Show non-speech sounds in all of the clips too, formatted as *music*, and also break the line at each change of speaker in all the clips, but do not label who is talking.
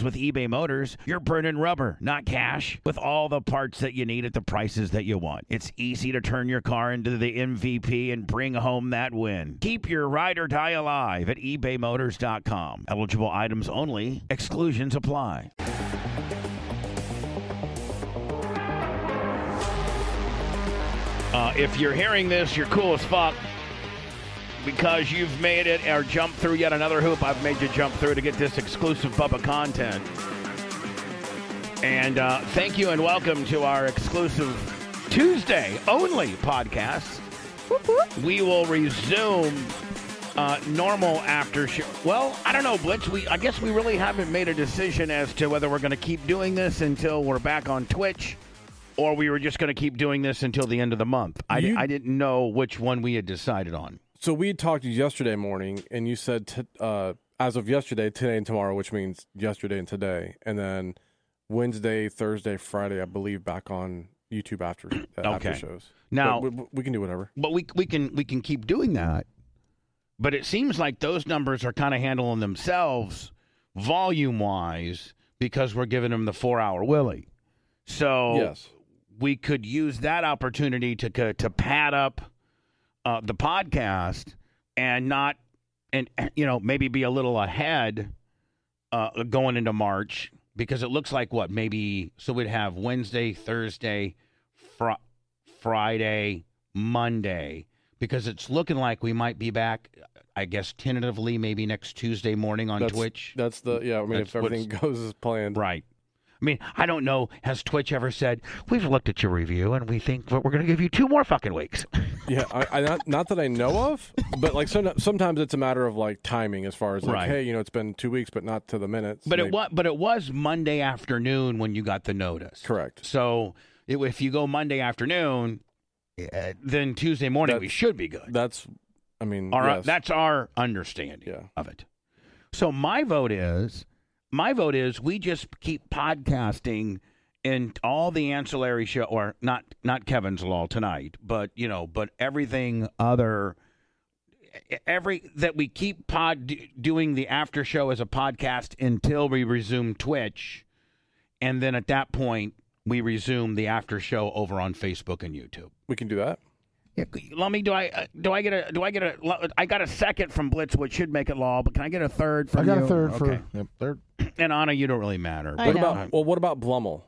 with eBay Motors, you're burning rubber, not cash. With all the parts that you need at the prices that you want, it's easy to turn your car into the MVP and bring home that win. Keep your ride or die alive at ebaymotors.com. Eligible items only, exclusions apply. Uh, if you're hearing this, you're cool as fuck because you've made it or jumped through yet another hoop. I've made you jump through to get this exclusive Bubba content. And uh, thank you and welcome to our exclusive Tuesday only podcast. We will resume uh, normal after show. Well, I don't know, Blitz. We I guess we really haven't made a decision as to whether we're going to keep doing this until we're back on Twitch, or we were just going to keep doing this until the end of the month. I,
You-
I didn't know which one we had decided on.
So we had talked yesterday morning, and you said t- uh, as of yesterday, today and tomorrow, which means yesterday and today, and then Wednesday, Thursday, Friday, I believe, back on YouTube after
*clears throat*
uh, after
Okay.
shows.
Now-
But we, we can do whatever.
but we we can we can keep doing that. But it seems like those numbers are kind of handling themselves volume wise because we're giving them the four hour Willie. So
Yes.
we could use that opportunity to co- to pad up uh, the podcast and not and you know maybe be a little ahead uh, going into March because it looks like what maybe so we'd have Wednesday, Thursday, fr- Friday, Monday because it's looking like we might be back. I guess tentatively maybe next Tuesday morning on
That's,
Twitch.
That's the yeah. I mean,
That's
if everything goes as planned,
Right. I mean, I don't know. Has Twitch ever said we've looked at your review and we think well, we're going to give you two more fucking weeks?
Yeah, I, I not, not that I know of, but like some, sometimes it's a matter of like timing as far as like,
Right.
hey, you know, it's been two weeks, but not to the minutes.
But it
They-
was but it was Monday afternoon when you got the notice.
correct.
So it, if you go Monday afternoon, uh, then Tuesday morning we
That's-
should be good.
That's, I mean,
All right,
yes.
that's our understanding
Yeah.
of it. So my vote is, my vote is, we just keep podcasting and all the ancillary show, or not, not Kevin's Law tonight, but you know, but everything other, e-, every that we keep pod doing the after show as a podcast until we resume Twitch, and then at that point we resume the after show over on Facebook and YouTube.
we can do that.
Yeah, Lummy, do I uh, do I get a do I get a I got a second from Blitz, which should make it law, but can I get a third from
I got
you?
a third
Okay.
for yep, third.
And Anna, you don't really matter. but-
I
What
know.
about well? What about Blummel?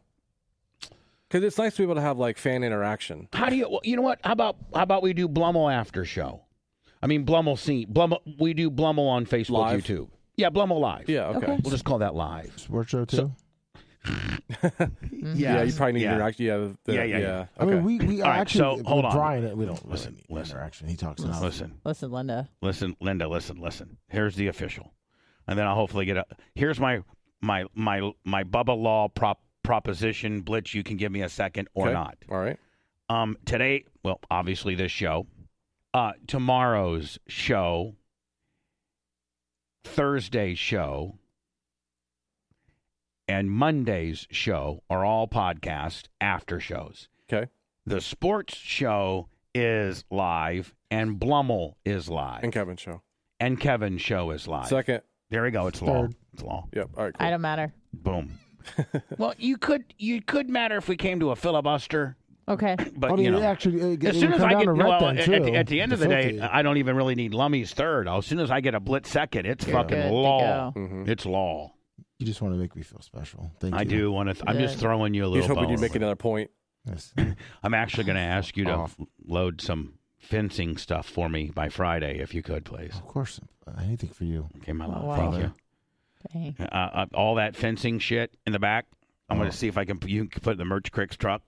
Because it's nice to be able to have like fan interaction.
how do you well, you know what? How about how about we do Blummel after show? I mean Blummel scene Blummel we do Blummel on Facebook,
Live?
YouTube. Yeah, Blummel live.
Yeah. Okay.
Okay.
We'll just call that live.
Sports show too.
Yeah. You probably need
Mm-hmm. Yeah.
interaction. Yeah, the-
Yeah, yeah, yeah.
I
Okay.
mean, we we
All right,
actually
so, hold on.
with Brian. We don't
Listen,
listen. Really need
listen.
interaction. He talks enough.
Listen,
Listen, Linda.
listen, Linda, listen, listen. Here's the official. And then I'll hopefully get a here's my my my my Bubba Law prop proposition. Blitz, you can give me a second or
Okay.
not.
All right.
Um, today, well, obviously this show, uh, tomorrow's show, Thursday's show, and Monday's show are all podcast after shows.
Okay.
The sports show is live, and Blummel is live,
And Kevin show
and Kevin's show is live.
second.
there we go. It's law.
Third.
It's law.
Yep. All right.
I
Cool.
don't matter.
Boom. well, you could you could matter if we came to a filibuster,
Okay.
but
I mean,
you know.
it actually, it,
As
it
soon
would
as
come
I
down
get
to
well,
red
at,
then,
at
too,
the, at the end of the
50.
day, I don't even really need Lummy's third. As soon as I get a blitz second, it's
You're
fucking
good to
law.
go.
Mhm.
It's law.
you just want to make me feel special. Mm-hmm. Thank
I
you.
do want to. I'm just
Yeah.
throwing you a
You
little.
just hoping
bone.
you make another point.
Yes.
I'm actually going to ask you to
Off.
load some fencing stuff for me by Friday, if you could, please.
Of course, uh, anything for you.
Okay, my love.
Wow.
Thank you.
*laughs*
Dang.
Uh, uh, all that fencing shit in the back. I'm going
Oh.
to see if I can you can put it in the merch cricks truck.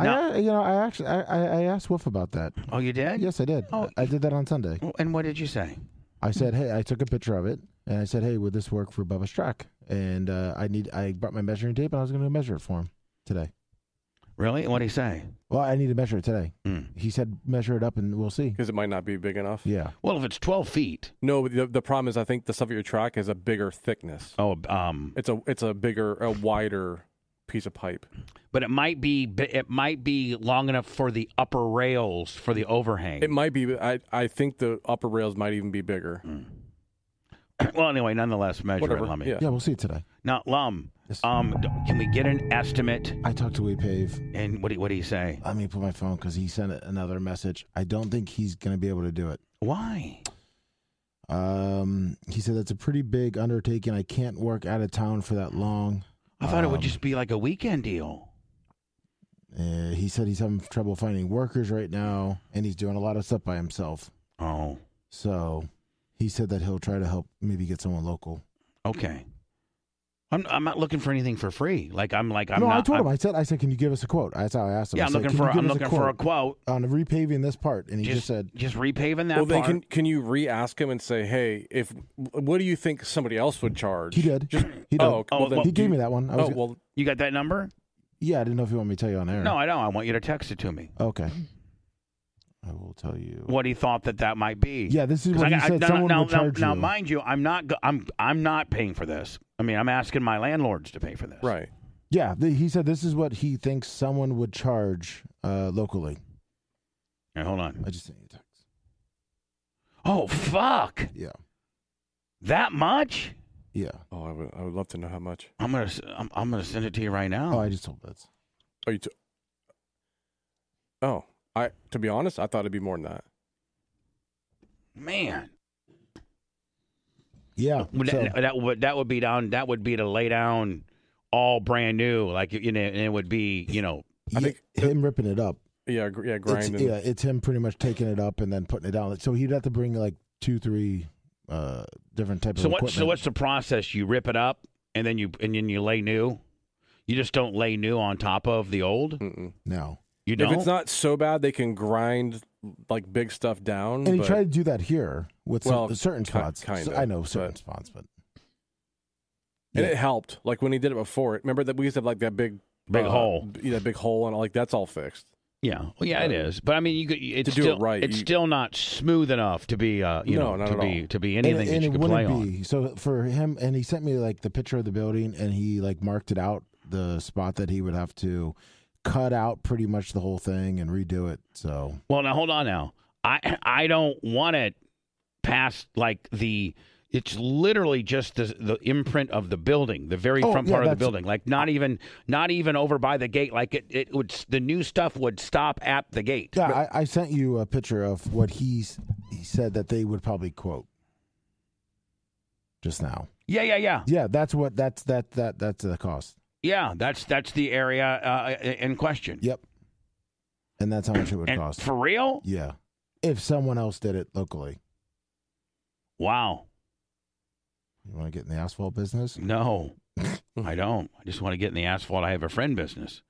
Now-
I, uh, you know, I actually, I, I, I asked Wolf about that.
Oh, you did?
Yes, I did.
Oh.
I did that on Sunday.
Oh, And what did you say?
I said, hey, I took a picture of it, and I said, "Hey, would this work for Bubba's truck?" And uh, I need I brought my measuring tape, and I was going to measure it for him today.
Really? What'd he say?
Well, I need to measure it today.
Mm.
He said, "Measure it up, and we'll see."
because it might not be big enough.
Yeah,
Well, if it's 12 feet,
No, the, the problem is I think the stuff at your track is a bigger thickness.
oh, um,
It's a it's a bigger a wider piece of pipe.
but it might be bi- it might be long enough for the upper rails for the overhang.
It might be. I I think the upper rails might even be bigger.
Mm. well, anyway, nonetheless, measure
Whatever.
it, Lummy.
Yeah.
yeah, we'll see it today.
Now, Lum,
Yes.
um, d- can we get an estimate?
I talked to WePave.
And what do, what do you say?
Let me put my phone because he sent another message. I don't think he's going to be able to do it.
Why?
Um, he said that's a pretty big undertaking. I can't work out of town for that long.
I thought it would
Um,
just be like a weekend deal.
Uh, he said he's having trouble finding workers right now, and he's doing a lot of stuff by himself.
Oh,
So he said that he'll try to help maybe get someone local.
okay. I'm I'm not looking for anything for free. Like I'm like I'm
no,
not.
I told
I'm,
him. I said, I said, can you give us a quote? That's how I asked him.
yeah,
I
I'm
said,
looking
"Can
for
you give
I'm
us
looking for a
quote
quote.
on repaving this part, and he just, said,
just repaving that
Well, then
part.
can can you re-ask him and say, hey, if what do you think somebody else would charge?
he did.
Just,
he did.
oh,
Oh,
well, then
well,
he
do
gave
you-
me that one. I was
Oh
go-
well,
you got that number?
yeah, I didn't know if you want me to tell you on air.
No, I don't. I want you to text it to me. *clears throat*
Okay. I will tell you.
What he thought that that might be.
Yeah, this is
'Cause
what
I,
he
I,
said.
now,
someone
now,
will
now,
charge
now,
you.
mind you, I'm not. go- I'm I'm not paying for this. I mean, I'm asking my landlords to pay for this.
right.
Yeah, th- he said this is what he thinks someone would charge uh, locally.
Here, hold on.
I just sent you a text.
Oh fuck!
Yeah,
That much?
yeah.
Oh, I would I would love to know how much.
I'm gonna s- I'm, I'm gonna send it to you right now.
Oh, I just told Bets.
Oh, you. T- oh, I to be honest, I thought it'd be more than that.
Man,
Yeah.
Would
Oh, so-
that, that would that would be down. That would be to lay down all brand new. Like you know, and it would be you know.
yeah,
think-
him ripping it up.
Yeah, gr- yeah,
It's,
grinding.
yeah, it's him pretty much taking it up and then putting it down. So he'd have to bring like two, three uh, different types
So
of
what?
equipment.
So what's the process? You rip it up and then you and then you lay new. You just don't lay new on top of the old.
Mm-mm.
No.
You
If
don't.
it's not so bad, they can grind like big stuff down.
And he
but-
tried to do that here with
Well,
some, certain
ki-
spots. So
kinda,
I know certain
but-
spots, but
and
Yeah.
it helped. Like when he did it before, it- remember that we used to have like that big
Big
uh,
hole.
b- that big hole, and like that's all fixed. *laughs*
yeah. Well, yeah, it is. But I mean, you could. It's
do it
still,
right,
It's
you-
still not smooth enough to be. Uh, you
No,
know,
not
to
at
be
all.
to be anything that
and,
you
and it
could play
wouldn't
on.
be. So for him, and he sent me like the picture of the building, and he like marked it out the spot that he would have to cut out pretty much the whole thing and redo it. So
Well, now hold on. Now I I don't want it past like the. It's literally just the, the imprint of the building, the very
Oh,
front
yeah,
part of the
that's-
building. Like not even not even over by the gate. Like it, it would the new stuff would stop at the gate.
yeah, I, I sent you a picture of what he's he said that they would probably quote just now.
Yeah, yeah, yeah,
Yeah, that's what that's that that that's the cost.
yeah. That's that's the area uh, in question.
Yep, and that's how much it would
And
cost.
for real?
yeah, if someone else did it locally,
Wow.
you want to get in the asphalt business? *laughs*
No, I don't. I just want to get in the asphalt. I have a friend business.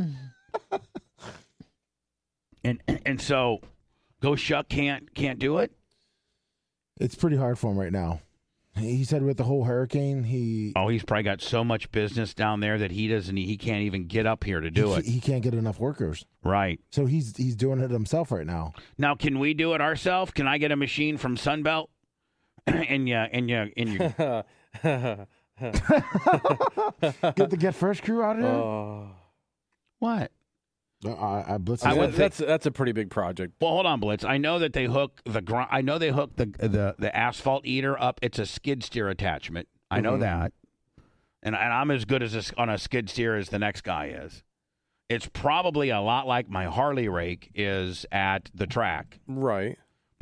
*laughs*
and and so, go shuck can't can't do it.
It's pretty hard for him right now. He said with the whole hurricane, he
Oh, he's probably got so much business down there that he doesn't. He can't even get up here to do
he,
it.
he can't get enough workers,
Right
so he's he's doing it himself right now.
now, can we do it ourselves? Can I get a machine from Sunbelt? *clears throat* and yeah, and yeah, and
*laughs*
you.
*laughs* Get the get fresh crew out of here.
Oh.
what?
Uh, I, I blitz.
I
I
would
would
think-
that's that's a pretty big project.
Well, hold on, Blitz. I know that they hook the gr- I know they hook the the the asphalt eater up. It's a skid steer attachment. I know
Mm-hmm.
Mhm.
that, and and I'm as good as this on a skid steer as the next guy is. It's probably a lot like my Harley rake is at the track.
Right.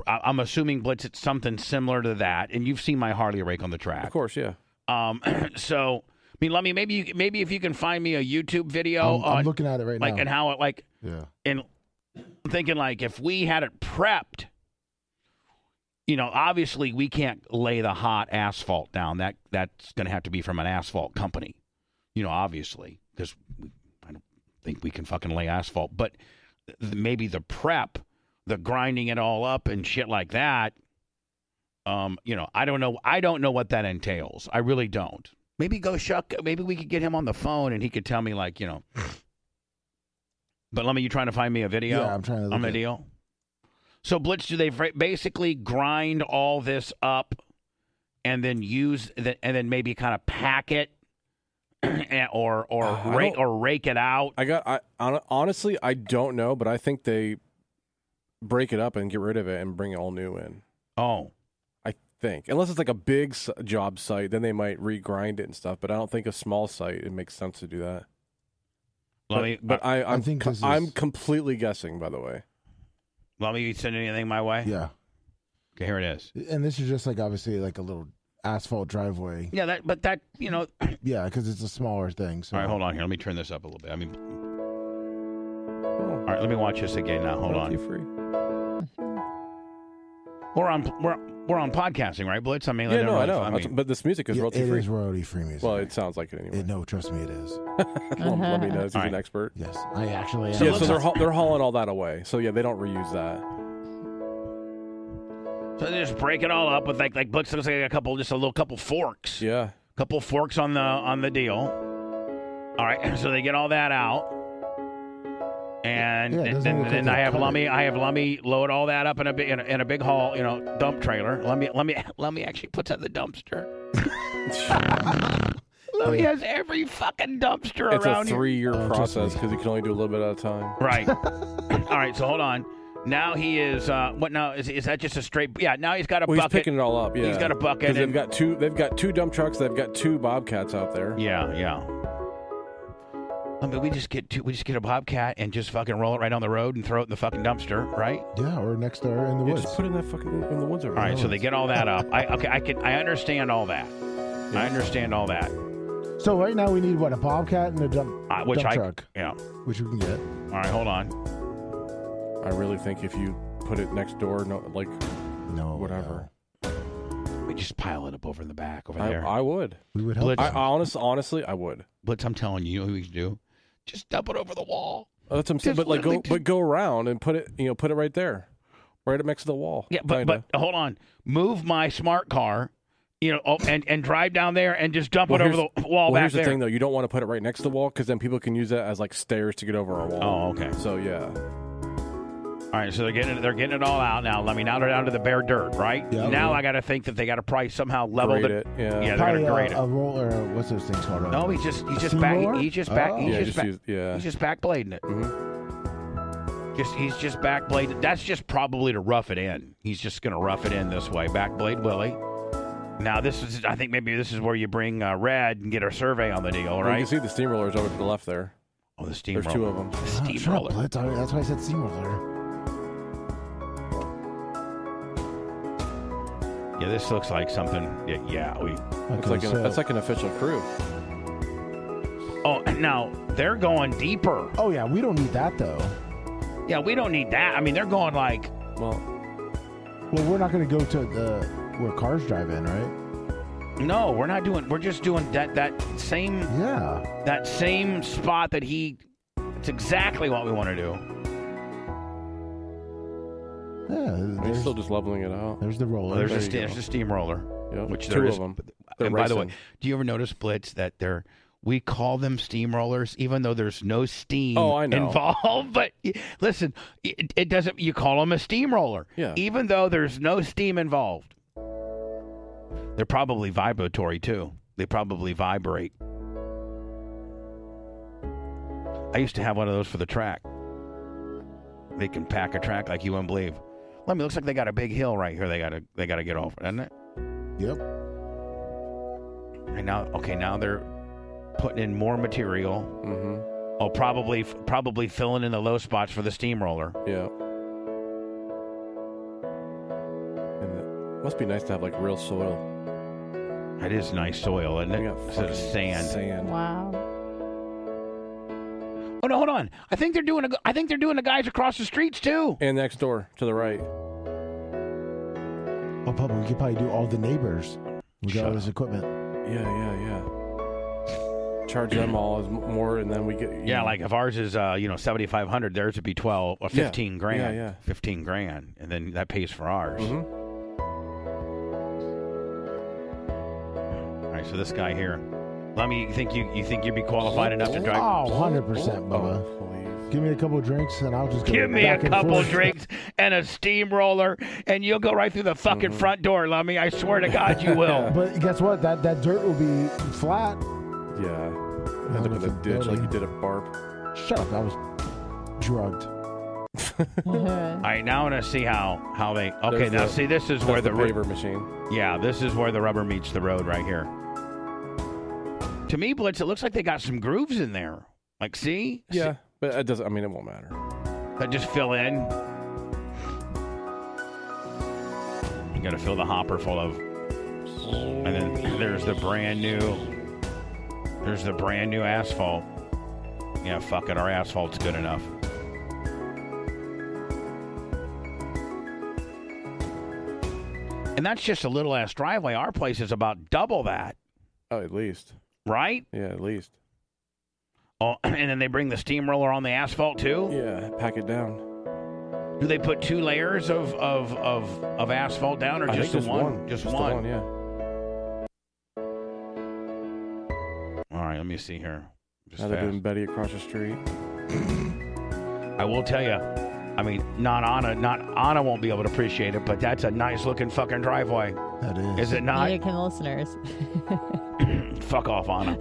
I- I'm assuming Blitz, it's something similar to that, and you've seen my Harley rake on the
Of
track.
course, yeah.
Um, *clears throat* so I mean, let me maybe you, maybe if you can find me a YouTube video
I'm,
on
I'm looking at it right
uh, like
now.
and how it like
yeah,
and I'm thinking like if we had it prepped, you know, obviously we can't lay the hot asphalt down. That that's going to have to be from an asphalt company, you know, obviously because I don't think we can fucking lay asphalt. But th- maybe the prep, the grinding it all up and shit like that, Um, you know, I don't know. I don't know what that entails. I really don't. Maybe go shuck. Maybe we could get him on the phone and he could tell me, like, you know. but let me. You trying to find me a video?
Yeah, I'm trying to. Look
I'm a
at-
deal. So Blitz, do they fr- basically grind all this up and then use the, and then maybe kind of pack it *clears throat* and- or or
Uh, I
rake
don't-
or rake it out?
I got. I hon- honestly, I don't know, but I think they break it up and get rid of it and bring it all new in.
Oh,
I think, unless it's like a big s- job site, then they might regrind it and stuff. But I don't think a small site it makes sense to do that.
let
but,
me uh,
but I, I'm,
think
co-
this is-
I'm completely guessing. By the way,
let me send anything my way.
Yeah,
Okay, here it is.
and this is just like obviously like a little asphalt driveway.
Yeah, that but that you know.
Yeah, because it's a smaller thing. So
All right, hold on here. Let me turn this up a little bit. I mean,
Oh,
all right, let me watch this again now. Hold on.
penalty Free.
We're on we're we're on podcasting, right, Blitz? I mean,
Yeah,
never
no, I
mind.
know.
I
That's-
mean,
but this music is
Yeah,
royalty
it
free.
is royalty free music.
Well, it sounds like it anyway.
It- no, trust me, it is.
Well, Let
*laughs*
me know. *laughs* He's
Alright.
an expert.
Yes, I actually am.
So
yeah,
let's-
so they're haul- they're hauling all that away. So yeah, they don't reuse that.
so they just break it all up with like like Blitz looks like a couple just a little couple forks.
Yeah,
couple forks on the on the deal. All right, *laughs* so they get all that out, and
Yeah, it doesn't
then,
look like
then
they
I have
cut it.
Lummy. I have Lummy load all that up in a bi- in a, in a big haul, you know, dump trailer. Lummy Lummy *laughs* Lummy actually puts out the dumpster.
*laughs*
Lummy has every fucking dumpster
it's a
around here.
three year
Oh, just
process
me.
because you can only do a little bit at a time. *laughs*
Right. all right, so hold on. Now he is uh, what? Now is is that just a straight? Yeah. Now he's got a
Well, he's
bucket.
picking it all up. Yeah,
He's got a bucket
'Cause They've
and-
got two. They've got two dump trucks. They've got two bobcats out there.
Yeah, yeah. I mean, we just get two, we just get a bobcat and just fucking roll it right on the road and throw it in the fucking dumpster, right?
yeah, or next door in the
Yeah,
woods.
just put it in that fucking in the woods.
All right, so they get all that up. I okay, I can I understand all that. I understand all that.
so right now we need what a bobcat and a dump,
Uh, which
dump
I
truck,
yeah.
which we can get.
All right, hold on.
I really think if you put it next door, no, like
No,
Whatever.
We just pile it up over in the back over
I,
there.
I would.
no. we would help.
Blitz-
I, I
them.
honest, honestly, I would.
Blitz, I'm telling you, you know what we should do? Just dump it over the wall.
Uh, That's what I'm
Just
saying. But like,
literally
go
just-
but go around and put it. You know, put it right there, right up next to the wall.
Yeah, but
kinda.
but hold on. Move my smart car, you know, oh, and and drive down there and just dump
Well,
it over
here's-
the wall
well,
back
here's the
there.
thing though. You don't want to put it right next to the wall because then people can use that as like stairs to get over a wall.
oh, okay.
So yeah,
All right, so they're getting it, they're getting it all out now. Let me now they're down to the bare dirt, right?
Yeah.
now I got to think that they got to probably somehow level
grade
the-
it. Yeah.
Yeah, they're
Probably
gonna grade
a,
it.
a roller. uh, What's those things called?
No, he's just he's just
Some
back
more?
he's just back
Oh.
he's
yeah,
just,
just
back
use, yeah. Mm-hmm.
he's just backblading it.
Mhm.
Just he's just backblading. That's just probably to rough it in. He's just gonna rough it in this way. Backblade Willie. Now this is I think maybe this is where you bring uh, Red and get a survey on the deal,
Well, You
right?
can see the steamrollers over to the left there.
Oh, the
There's two
steamroller.
of them.
The
Oh, shut up,
steamroller.
Blitz. I- that's why I said steamroller.
Yeah, this looks like something. Yeah, yeah we.
Okay,
That's like an,
so-
that's like an official crew.
Oh, *clears throat* now they're going deeper.
oh yeah, we don't need that though.
Yeah, we don't need that. I mean, they're going like
Well,
Well, we're not going to go to the where cars drive in, right?
No, we're not doing. We're just doing that that same
Yeah.
that same spot that he. It's exactly what we want to do.
Yeah.
they're
There's,
still just leveling it out.
there's the roller.
There's
there
a
you
st-
go.
there's a steamroller.
Yeah,
Which
two
they're
of
just-
them.
and by the way, do you ever notice Blitz that they're we call them steamrollers even though there's no steam
Oh, I know.
involved? *laughs* But y- listen, it, it doesn't. You call them a steamroller,
Yeah.
even though there's no steam involved. They're probably vibratory too. They probably vibrate. I used to have one of those for the track. They can pack a track like you wouldn't believe. Let me looks like they got a big hill right here. They gotta they gotta get over, doesn't it?
Yep.
And now, okay, now they're putting in more material.
Mm-hmm.
Oh, probably, probably filling in the low spots for the steamroller.
Yeah. And it must be nice to have like real soil.
That is nice soil, isn't
We
it?
got
Instead
fucking
of sand.
Sand.
Wow. *laughs*
Oh no, hold on. I think they're doing. A, I think they're doing the guys across the streets too.
And next door to the right.
Oh, Papa, we could probably do all the neighbors. We
Shut
got all
up.
this equipment.
Yeah, yeah, yeah. Charge them all as m- more, and then we get you
Yeah,
know,
like if ours is uh, you know seventy five hundred, theirs would be twelve or
Yeah. Mm-hmm.
fifteen grand.
Yeah, yeah.
Fifteen grand, and then that pays for ours.
Mhm.
for this guy here. Let me. You think you you think you'd be qualified enough to drive?
Oh, 100%, Bubba.
Oh,
Give me a couple drinks and I'll just go
Give me a
back and
couple
forth.
drinks and a steamroller, and you'll go right through the fucking
Mm-hmm.
front door, Lummy. I swear to God, you
*laughs*
will.
But guess what? That that dirt will be flat.
please. Yeah. End
don't
up in
know
a
if
ditch like
ability.
you did a barb.
Shut up. I was drugged.
All right, now I want to see how how they. Okay,
There's
now
the-
see this is where
That's
the,
the
ru-
paper machine.
yeah this is where the rubber meets the road right here. To me, Blitz, it looks like they got some grooves in there. Like, see,
Yeah, but it doesn't. I mean, it won't matter.
that just fill in. You gotta fill the hopper full of, and then there's the brand new, there's the brand new asphalt. Yeah, fuck it, our asphalt's good enough. And that's just a little ass driveway. Our place is about double that,
Oh, at least.
right?
Yeah, at least.
Oh, *clears throat* and then they bring the steamroller on the asphalt too.
Yeah, pack it down.
Do they put two layers of of of, of asphalt down, or
I
just
think
the
just
one?
Just,
Just,
the
one.
one. Yeah.
All right, let me see here. Just
Now they're
fast.
doing Betty across the street.
I will tell you. I mean, not Anna, not Anna won't be able to appreciate it, but that's a nice looking fucking driveway,
That is.
is it not?
Neither can the listeners. *laughs*
Fuck off, Anna. *clears throat*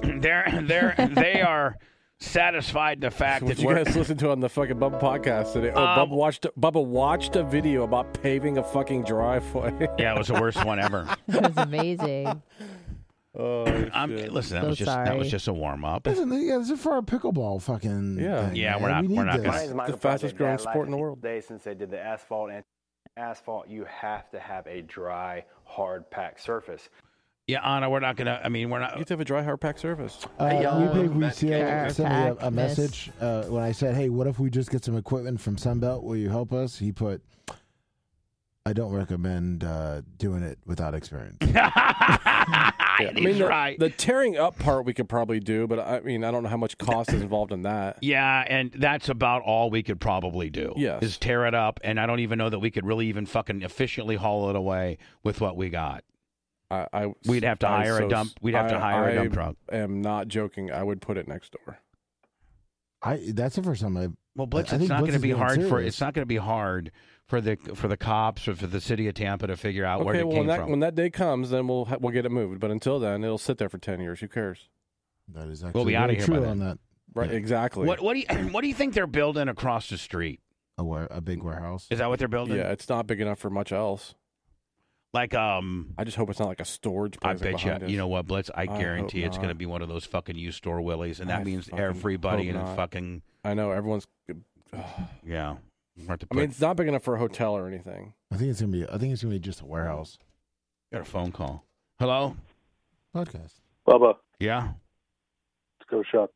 Sorry.
they're they're they are satisfied the
*laughs*
fact
What
that
you
we're
guys listen to on the fucking Bubba podcast today? Oh,
Um,
Bubba watched Bubba watched a video about paving a fucking driveway. *laughs*
yeah, it was the worst one ever.
That was amazing.
oh
I'm,
shit.
listen, that
So
was just that
sorry.
was just a warm up.
Listen, yeah, this is for our pickleball fucking.
Yeah.
thing,
Yeah,
man.
we're not-
We need
we're not
this.
gonna-
My name is Michael
fastest
Project
growing
Dad. Life
sport in the
is
world.
Days since they did the asphalt and asphalt, you have to have a dry, hard packed surface.
Yeah, Anna, we're not gonna. I mean, we're
You
not. *laughs*
have *laughs* to have a dry hard pack service.
Uh,
Yo,
we think we
that's
see
good.
sent me a, a
Perfect.
message uh, when I said, "Hey, what if we just get some equipment from Sunbelt? Will you help us?" He put, "I don't recommend uh, doing it without experience."
I
I mean, the,
right.
the tearing up part we could probably do, but I mean, I don't know how much cost is involved in that.
Yeah, and that's about all we could probably do.
Yes.
Is tear it up, and I don't even know that we could really even fucking efficiently haul it away with what we got.
I, I
We'd have to
I'm
hire a
so
dump-
s-
we'd have to
I-
hire a
I
dump truck.
Am not joking. I would put it next door.
I that's the first time I.
Well, Blitz,
I
it's
think
not going
Blitz
to
is
be
being
hard for
serious.
it's not going to be hard for the for the cops or for the city of Tampa to figure out where
okay,
it
well
came
when that
from.
when that day comes, then we'll ha- we'll get it moved. But until then, it'll sit there for ten years. Who cares?
That is
We'll
actually
be outta
very
here by
true
then.
on that.
Right?
Yeah.
Exactly.
what what do you *clears throat* what do you think they're building across the street?
A, ware, a big warehouse.
Is that what they're building?
Yeah, it's not big enough for much else.
Like um.
I just hope it's not like a storage.
I
place, like,
bet you.
behind us.
You know what, Blitz? I
I hope
guarantee it's going to
not.
be one of those fucking used store willies, and that
I
means
fucking
everybody
hope
in the
not.
fucking
I know everyone's.
yeah. We're gonna have to
I
put-
mean, it's not big enough for a hotel or anything.
I think it's gonna be. I think it's gonna be just a warehouse
got a phone call. Hello.
podcast.
Bubba,
Yeah.
let's go shop.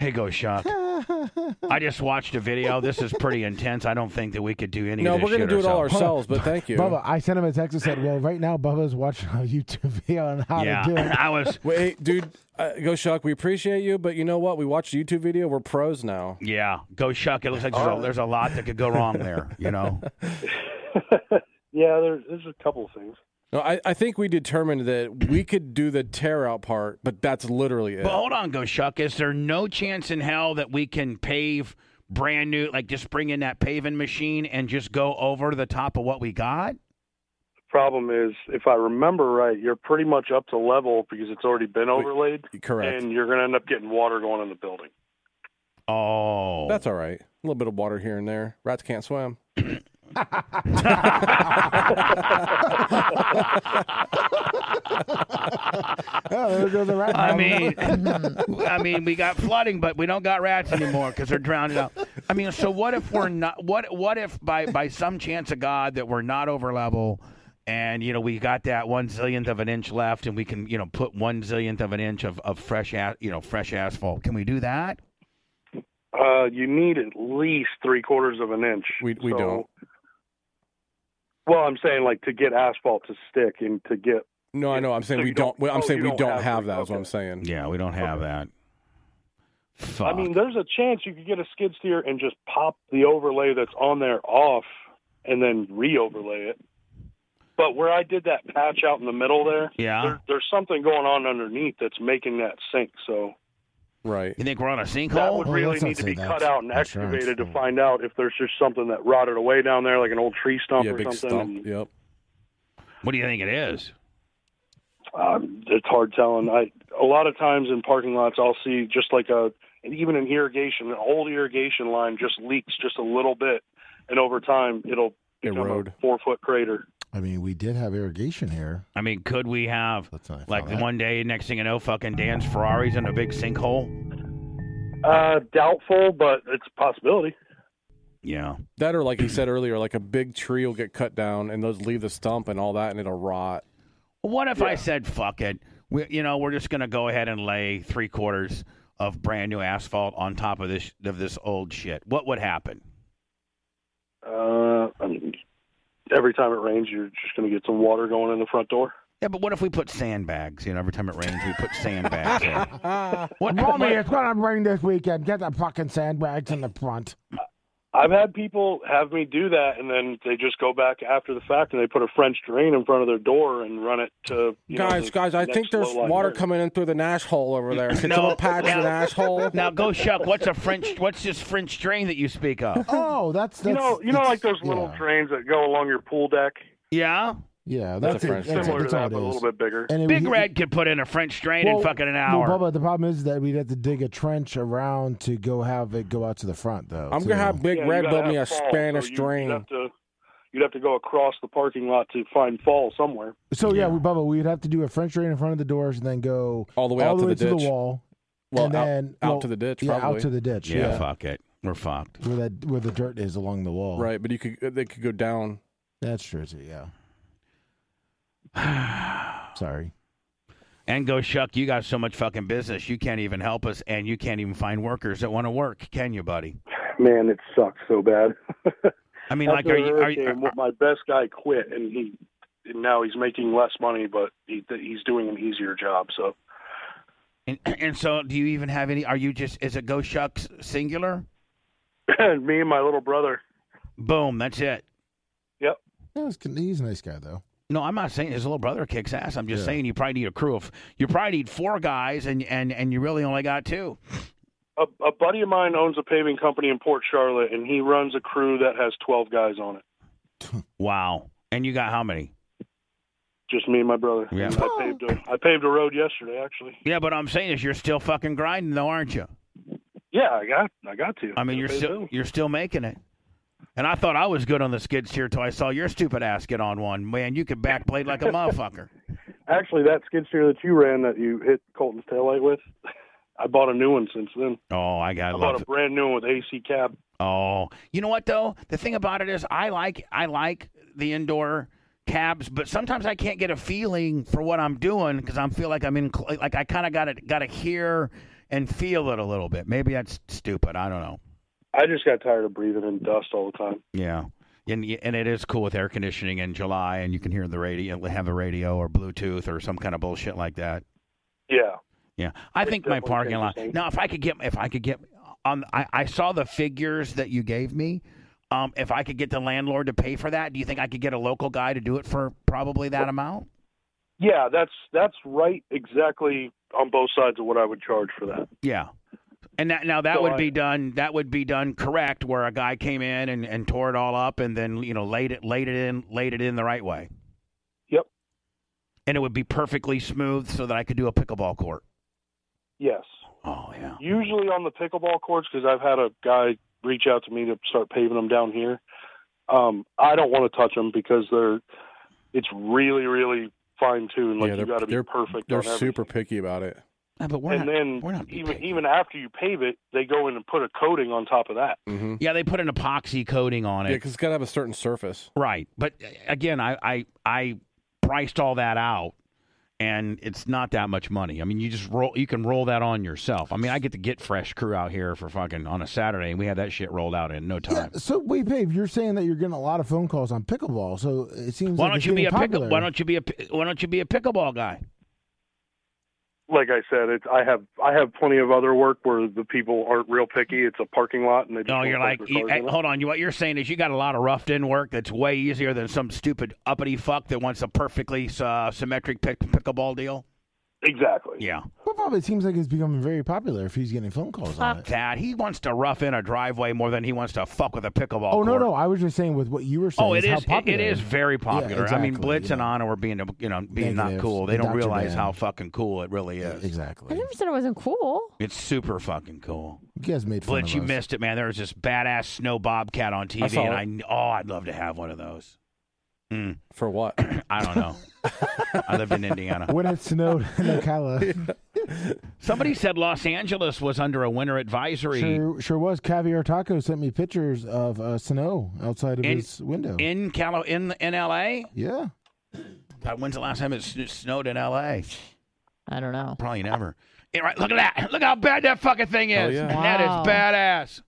Hey, go
*laughs*
Shock. I just watched a video. This is pretty intense. I don't think that we could do any
no,
of this
we're
shit
gonna do it all
ourselves.
ourselves. But thank you.
Bubba, I sent him a text and said, "Well, right now, Bubba's watching *laughs* a YouTube video on how
yeah.
to do it."
*laughs* I was
Wait, dude, uh, Go Shock, we appreciate you, but you know what? We watched a YouTube video. We're pros now.
yeah, go Shock. It looks like there's a, there's a lot that could go wrong there, you
*laughs*
know.
yeah, there's there's a couple of things.
No, I, I think we determined that we could do the tear out part, but that's literally it.
But oh. hold on, go Shock. Is there no chance in hell that we can pave brand new like just bring in that paving machine and just go over the top of what we got?
The problem is, if I remember right, you're pretty much up to level because it's already been overlaid,
Correct.
and you're going to end up getting water going in the building.
Oh.
That's all right. A little bit of water here and there. Rats can't swim.
Oh, there goes the rat.
I
house.
mean, *laughs* I mean, we got flooding, but we don't got rats anymore because they're drowning out. I mean, so what if we're not? What what if by by some chance of God that we're not over level, and you know we got that one zillionth of an inch left, and we can you know put one zillionth of an inch of of fresh a- you know fresh asphalt. Can we do that?
Uh, you need at least three quarters of an inch.
We- we
So-
don't.
Well, I'm saying like to get asphalt to stick and to get
No, I know. I'm saying
So
we
you don't-
don't. well, I'm
oh,
saying
you
we
don't
don't
have
have
three.
that. Is what
Okay.
I'm saying.
Yeah, we don't have that. Fuck.
I mean, there's a chance you could get a skid steer and just pop the overlay that's on there off and then re overlay it. But where I did that patch out in the middle there,
Yeah.
there, there's something going on underneath that's making that sink. So
Right.
You think we're on a
that
sinkhole?
Oh,
would
Well,
really
let's not
need to
say
be
that.
cut out and
That's right.
excavated to find out if there's just something that rotted away down there, like an old tree stump
Yeah,
or
big
something.
stump.
And,
Yep.
What do you think it is?
um, it's hard telling. I a lot of times in parking lots, I'll see just like a, and even in irrigation, an old irrigation line just leaks just a little bit, and over time it'll become
Erode.
a four foot crater.
I mean, we did have irrigation here.
I mean, could we have
That's not
like one day, next thing you know, fucking Dan's Ferrari's in a big sinkhole?
Uh, doubtful, but it's a possibility.
Yeah.
That or like he said earlier, like a big tree will get cut down and those leave the stump and all that and it'll rot.
What if I said, fuck it? We, you know, we're just gonna go ahead and lay three quarters of brand new asphalt on top of this of this old shit. What would happen?
Uh, I mean, every time it rains, you're just going to get some water going in the front door.
Yeah, but what if we put sandbags? You know, every time it rains, we put sandbags. in.
*laughs*
What,
Mommy,
what-
it's gonna rain this weekend. Get the fucking sandbags in the front.
I've had people have me do that, and then they just go back after the fact and they put a French drain in front of their door and run it to. You know,
guys,
the
guys, I
next
think there's
low-lying
water
area.
coming in through the Nash hole over
*laughs*
there. Can
No.
someone patch the Nash hole?
Now go, Shuck. What's a French? What's this French drain that you speak of?
Oh, that's, that's
You know, you know,
it's-
like those little
yeah.
drains that go along your pool deck,
Yeah,
Yeah,
That's
that's,
a
it.
French
That's,
drain.
similar
that's
to
all
that,
it
but a
is.
little bit bigger.
And it-
Big
he-
Red could put in a French drain in
well,
fucking an
well,
hour.
Bubba, the problem is that we'd have to dig a trench around to go have it go out to the front, though.
I'm
too.
gonna have Big
Yeah, you
Red
gotta
build me a
have fall, so
Spanish
you- You'd
drain.
have, to, you'd have to go across the parking lot to find fall somewhere.
So yeah, we, Bubba, we'd have to do a French drain in front of the doors and then go
All the way out to the ditch.
wall.
Well,
and
out-
then
out
well,
to the ditch,
Yeah, out
probably.
to the ditch.
yeah,
Yeah,
fuck it, we're fucked.
where that where the dirt is along the wall.
Right, but you could they could go down.
That's true too. *sighs* Yeah. Sorry.
And go, Shuck. You got so much fucking business, you can't even help us, and you can't even find workers that want to work, can you, buddy?
Man, it sucks
*laughs*
so bad.
I mean, like,
After
are
the
you? Are you
hurricane,
are-
my best guy quit, and he and now he's making less money, but he, he's doing an easier job. So
and, *clears throat* and so, do you even have any? Are you just? Is it go, Shucks singular?
*clears throat* me and my little brother.
Boom. That's it.
Yeah, it's- he's a nice guy though.
No, I'm not saying his little brother kicks ass. I'm just
Yeah.
saying you probably need a crew of you probably need four guys, and and and you really only got two.
A, a buddy of mine owns a paving company in Port Charlotte, and he runs a crew that has twelve guys on it.
Wow. And you got how many?
Just me and my brother.
Yeah.
And I paved a I paved a road yesterday, actually.
Yeah, but I'm saying is you're still fucking grinding though, aren't you?
Yeah, I got I got to.
I mean, you're
Gotta pay the
still
bill.
you're still making it. And I thought I was good on the skid steer till I saw your stupid ass get on one. Man, you could backblade like a motherfucker.
actually that skid steer that you ran that you hit Colton's taillight with. *laughs* I bought a new one since then.
Oh, I got
I
love.
bought a brand new one with AC cab.
Oh, you know what though? The thing about it is, I like I like the indoor cabs, but sometimes I can't get a feeling for what I'm doing because I feel like I'm in cl- like I kind of got to got to hear and feel it a little bit. Maybe that's stupid. I don't know.
I just got tired of breathing in dust all the time.
Yeah. And, y- and it is cool with air conditioning in July, and you can hear the radio, have a radio or Bluetooth or some kind of bullshit like that.
Yeah.
Yeah, I
It's
think my
definitely
parking lot.
interesting.
Now, if I could get, if I could get on, I, I saw the figures that you gave me. Um, if I could get the landlord to pay for that, do you think I could get a local guy to do it for probably that amount?
Yeah, that's that's right exactly on both sides of what I would charge for that.
Yeah. And that, now that
So
would
I-
be done. That would be done correct, where a guy came in and, and tore it all up, and then you know laid it laid it in laid it in the right way.
Yep.
And it would be perfectly smooth, so that I could do a pickleball court.
Yes.
Oh yeah.
Usually on the pickleball courts because I've had a guy reach out to me to start paving them down here. Um, I don't want to touch them because they're it's really really fine tuned. Like
yeah,
you got to
they're
be
they're,
perfect.
they're
on everything.
super picky about it.
Yeah, but we're
And
not.
then
we're not be
even
picky.
even after you pave it, they go in and put a coating on top of that.
hmm
yeah, they put an epoxy coating on
Yeah,
it.
because it's gotta have a certain surface.
Right. But uh, again, I, I I priced all that out and it's not that much money. I mean, you just roll you can roll that on yourself. I mean, I get the get fresh crew out here for fucking on a Saturday and we had that shit rolled out in no
Yeah.
time.
So wait, Pave, you're saying that you're getting a lot of phone calls on pickleball. So it seems
Why
like
don't
it's
you be
getting
a
popular.
pickle, why don't you be a pi- why don't you be a pickleball guy?
like I said, it's I have I have plenty of other work where the people aren't real picky. It's a parking lot, and they just
No,
want
you're
to
like,
park their
you,
cars
hey,
in it.
hold on. You, what you're saying is you got a lot of roughed in work that's way easier than some stupid uppity fuck that wants a perfectly uh, symmetric pick, pickleball deal.
exactly.
Yeah,
Well, Bob, it seems like it's becoming very popular if he's getting phone calls on
fuck
it.
that. He wants to rough in a driveway more than he wants to fuck with a pickleball.
Oh no,
court.
no, I was just saying with what you were saying.
Oh, it
how
is. It,
popular
it is very popular. I mean,
exactly,
Blitz and
yeah.
Honor were being, you know, being not
Negative.
cool. They don't
Dr.
realize
Dan.
how fucking cool it really is.
I
Exactly.
never said it wasn't cool.
It's super fucking cool.
You guys made fun
Blitz,
of
you
us.
missed it, man. There was this badass snow bobcat on TV,
saw
and
it.
I kn- oh, I'd love to have one of those. Mm,
For what?
I don't know. I lived in
*laughs*
Indiana.
*laughs* When it snowed in Ocala,
*laughs* Somebody said Los Angeles was under a winter advisory.
sure, sure was. Caviar Taco sent me pictures of uh, snow outside of
In-
his window.
In Calo- in in L.A.
yeah,
God, when's the last time it sn- snowed in L.A.?
I don't know.
Probably never. Yeah, right, look at that. Look how bad that fucking thing
Hell
is.
yeah.
Wow.
That is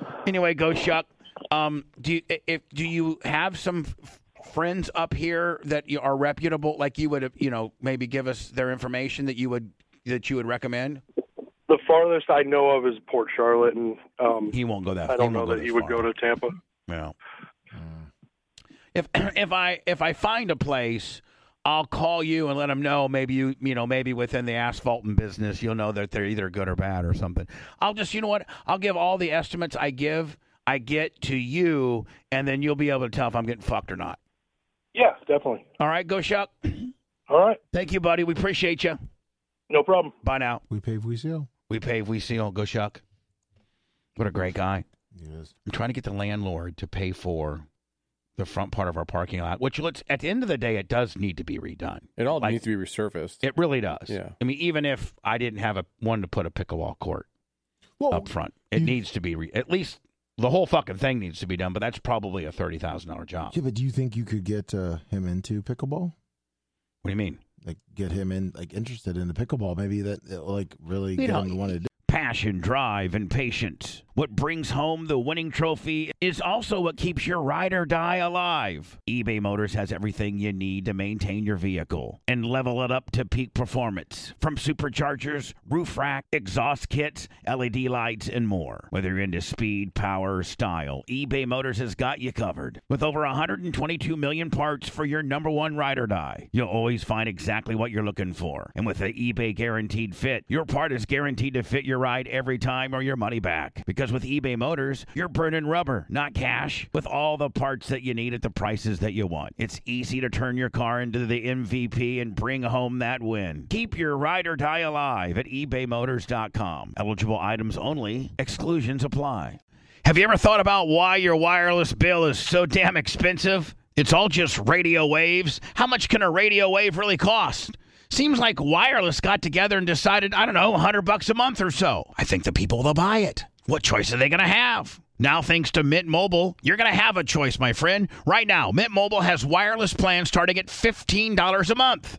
badass. Anyway, go shuck. Um, do you, if do you have some f- friends up here that you are reputable? Like you would, uh, you know, maybe give us their information that you would that you would recommend.
The farthest I know of is Port Charlotte, and um,
He won't go that.
I don't know
won't
that
this
he would
far.
go to Tampa.
No. If *clears throat* if I if I find a place, I'll call you and let them know. Maybe you you know maybe within the asphalt and business, you'll know that they're either good or bad or something. I'll just you know what? I'll give all the estimates I give I get to you, and then you'll be able to tell if I'm getting fucked or not.
Yeah, definitely.
All right, go Shuck.
*clears throat* All right,
Thank you, buddy. We appreciate you.
no problem.
Bye now.
we pave, we seal.
We pave, we seal. Go Shuck. What a great guy.
Yes.
I'm trying to get the landlord to pay for the front part of our parking lot, which looks at the end of the day, it does need to be redone.
It all
Like-
needs to be resurfaced.
It really does.
Yeah.
I mean, even if I didn't have a one to put a pickleball court
Well,
up front, it
Oh, you-
needs to be re- at least the whole fucking thing needs to be done. But that's probably a thirty thousand dollar job.
yeah, but do you think you could get uh, him into pickleball?
What do you mean?
Like, get him in, like, interested in the pickleball? Maybe that, it'll, like, really
You
get
know,
him to want to do.
Passion, drive, and patience. What brings home the winning trophy is also what keeps your ride or die alive. eBay Motors has everything you need to maintain your vehicle and level it up to peak performance. From superchargers, roof rack, exhaust kits, LED lights, and more. Whether you're into speed, power, or style, eBay Motors has got you covered. With over 122 million parts for your number one ride or die, you'll always find exactly what you're looking for. And with the eBay Guaranteed Fit, your part is guaranteed to fit your ride every time or your money back. Because with eBay Motors, you're burning rubber, not cash, with all the parts that you need at the prices that you want. It's easy to turn your car into the MVP and bring home that win. Keep your ride or die alive at ebaymotors.com. Eligible items only, exclusions apply. Have you ever thought about why your wireless bill is so damn expensive? It's all just radio waves. How much can a radio wave really cost? Seems like wireless got together and decided, I don't know, 100 bucks a month or so. I think the people will buy it. What choice are they going to have? Now, thanks to Mint Mobile, you're going to have a choice, my friend. Right now, Mint Mobile has wireless plans starting at $15 a month.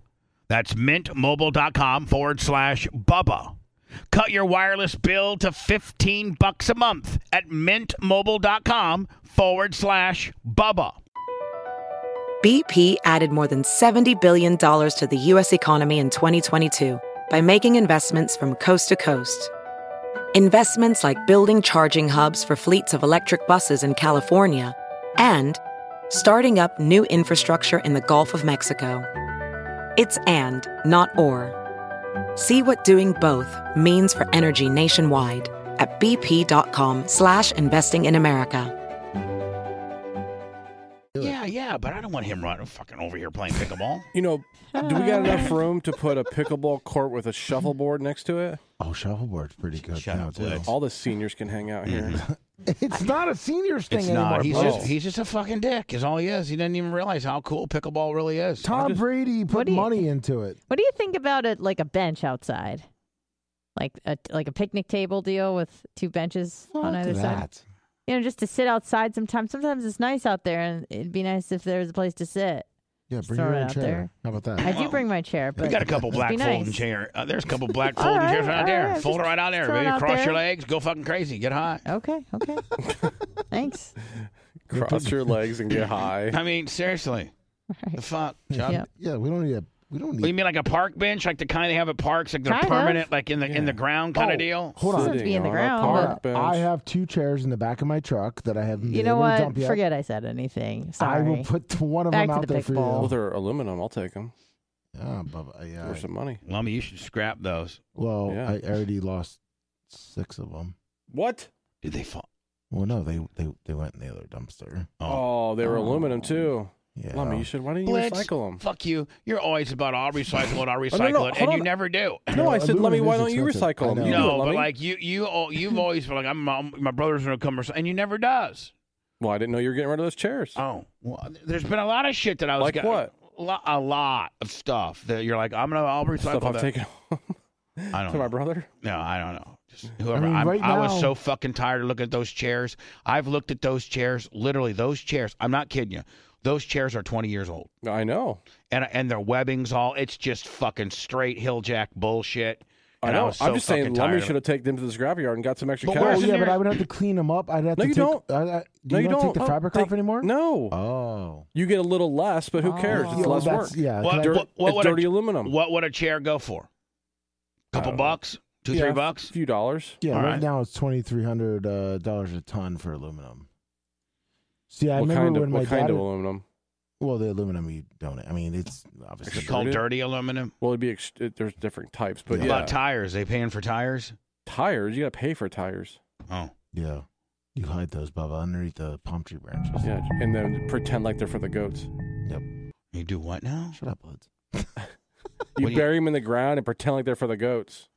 That's mintmobile.com forward slash Bubba. Cut your wireless bill to 15 bucks a month at mintmobile.com forward slash Bubba.
BP added more than $70 billion to the U.S. economy in 2022 by making investments from coast to coast. Investments like building charging hubs for fleets of electric buses in California and starting up new infrastructure in the Gulf of Mexico. It's and, not or. See what doing both means for energy nationwide at bp.com slash investing in America.
Do it.
Yeah, yeah, but I don't want him running fucking over here playing
*laughs*
pickleball.
You know, do we got enough room to put a pickleball court with a shuffleboard next to it?
Oh, shuffleboard's pretty good
Shut
now
up,
too.
Blitz.
All the seniors can hang out here.
It's not a seniors thing
It's
anymore.
not. He's
bro.
just he's just a fucking dick. Is all he is. He doesn't even realize how cool pickleball really is.
Tom Brady put
What do you-
money into it.
What do you think about it? Like a bench outside, like a like a picnic table deal with two benches on
Fuck
either side.
that.
You know, just to sit outside. Sometimes, sometimes it's nice out there, and it'd be nice if there was a place to sit.
Yeah, bring
throw
your
it
own
out
chair.
there.
How about that?
I do bring my chair,
We
but
got a couple black
be
folding
nice.
chair. Uh, there's a couple black
*laughs* All
folding
right,
chairs right
all
out there.
right,
Fold it
just
right out there,
throwing
baby.
out
Cross
there.
your legs. Go fucking crazy. Get high.
okay, okay. Thanks.
*laughs* Cross your legs and get
*laughs*
high.
I mean, seriously. The
Right. *laughs*
fuck, Chuck?
Yep.
Yeah, we don't need a we don't
What, you
need
mean like a park bench, like the kind they have at parks, like they're
Kind of.
permanent, like in the in the
Yeah.
ground kind
Oh.
of deal?
Hold on.
Doesn't have to be in the
Sitting
ground,
On a
but-
park bench.
I have two chairs in the back of my truck that I haven't
You
been
know
able to
what?
dump yet.
Forget I said anything. Sorry.
I will put t- one of them
Back to
out
the
there
big
for
ball.
Well,
you.
they're aluminum. I'll take them.
Yeah, Bubba, yeah.
Worth some money.
Lummy, you should scrap those.
Well,
Yeah.
I already lost six of them.
What?
Did they fall?
Well, no, they they, they went in the other dumpster.
Oh.
Oh, they were aluminum too.
Yeah,
Lummy, you should. Why didn't you
Blitz,
recycle them?
Fuck you. You're always about I'll recycle it, I'll recycle
Oh, no, no,
it,
hold
and you
on.
never do.
No, I said, Lummy,
aluminum
why
is
don't you
expensive.
recycle 'em?
I
You
know.
do it,
No, but
Lummy.
like you, you, al- you've always been like, I'm, I'm- my brother's gonna come, or something, and you never does.
Well, I didn't know you were getting rid of those chairs.
Oh, well, there's been a lot of shit that I was
Like
gonna-
what?
Lo- a lot of stuff that you're like, I'm gonna, I'll recycle
Stuff
that.
I've taken *laughs*
I don't
to
know.
my brother.
No, I don't know. Just whoever. I,
mean,
am
right
I was
now-
so fucking tired of looking at those chairs. I've looked at those chairs, literally those chairs. I'm not kidding you. Those chairs are 20 years old,
I know.
and and their webbings all. It's just fucking straight hilljack bullshit.
I
And
know.
was so
I'm just saying,
fucking
Lummy
tired of
should have taken them to the scrapyard and got some extra
But
cash.
Oh
where's
yeah,
your-
but I would have to clean them up. I'd have
No,
to
you
take,
don't.
I, I, do
no,
you,
you
don't
don't.
take the fabric
They-
off anymore.
No.
Oh,
You get a little less, but who cares?
Oh.
It's
Yeah,
less work.
that's- Yeah,
What-
can I-
Dirt-
what- what
it's
would a-
dirty aluminum.
What would a chair go for? Couple
Uh,
bucks, two,
Yeah,
three bucks.
A few dollars.
Yeah,
All
right,
right.
now it's twenty three hundred uh, dollars a ton for aluminum. See, I
what
remember
kind
when
of,
my
what kind
dad.
of aluminum?
well, the aluminum you donate. I mean, it's obviously
It's called
Extruded?
dirty aluminum.
Well, it'd be ex- it, there's different types, but
What
yeah,
About tires, they paying for tires.
tires. You got to pay for tires.
Oh,
yeah. You hide those, Bubba, underneath the palm tree branches.
Yeah, and then pretend like they're for the goats.
you do what now?
Shut up, Blitz.
You
What do you-
bury them in the ground and pretend like they're for the goats.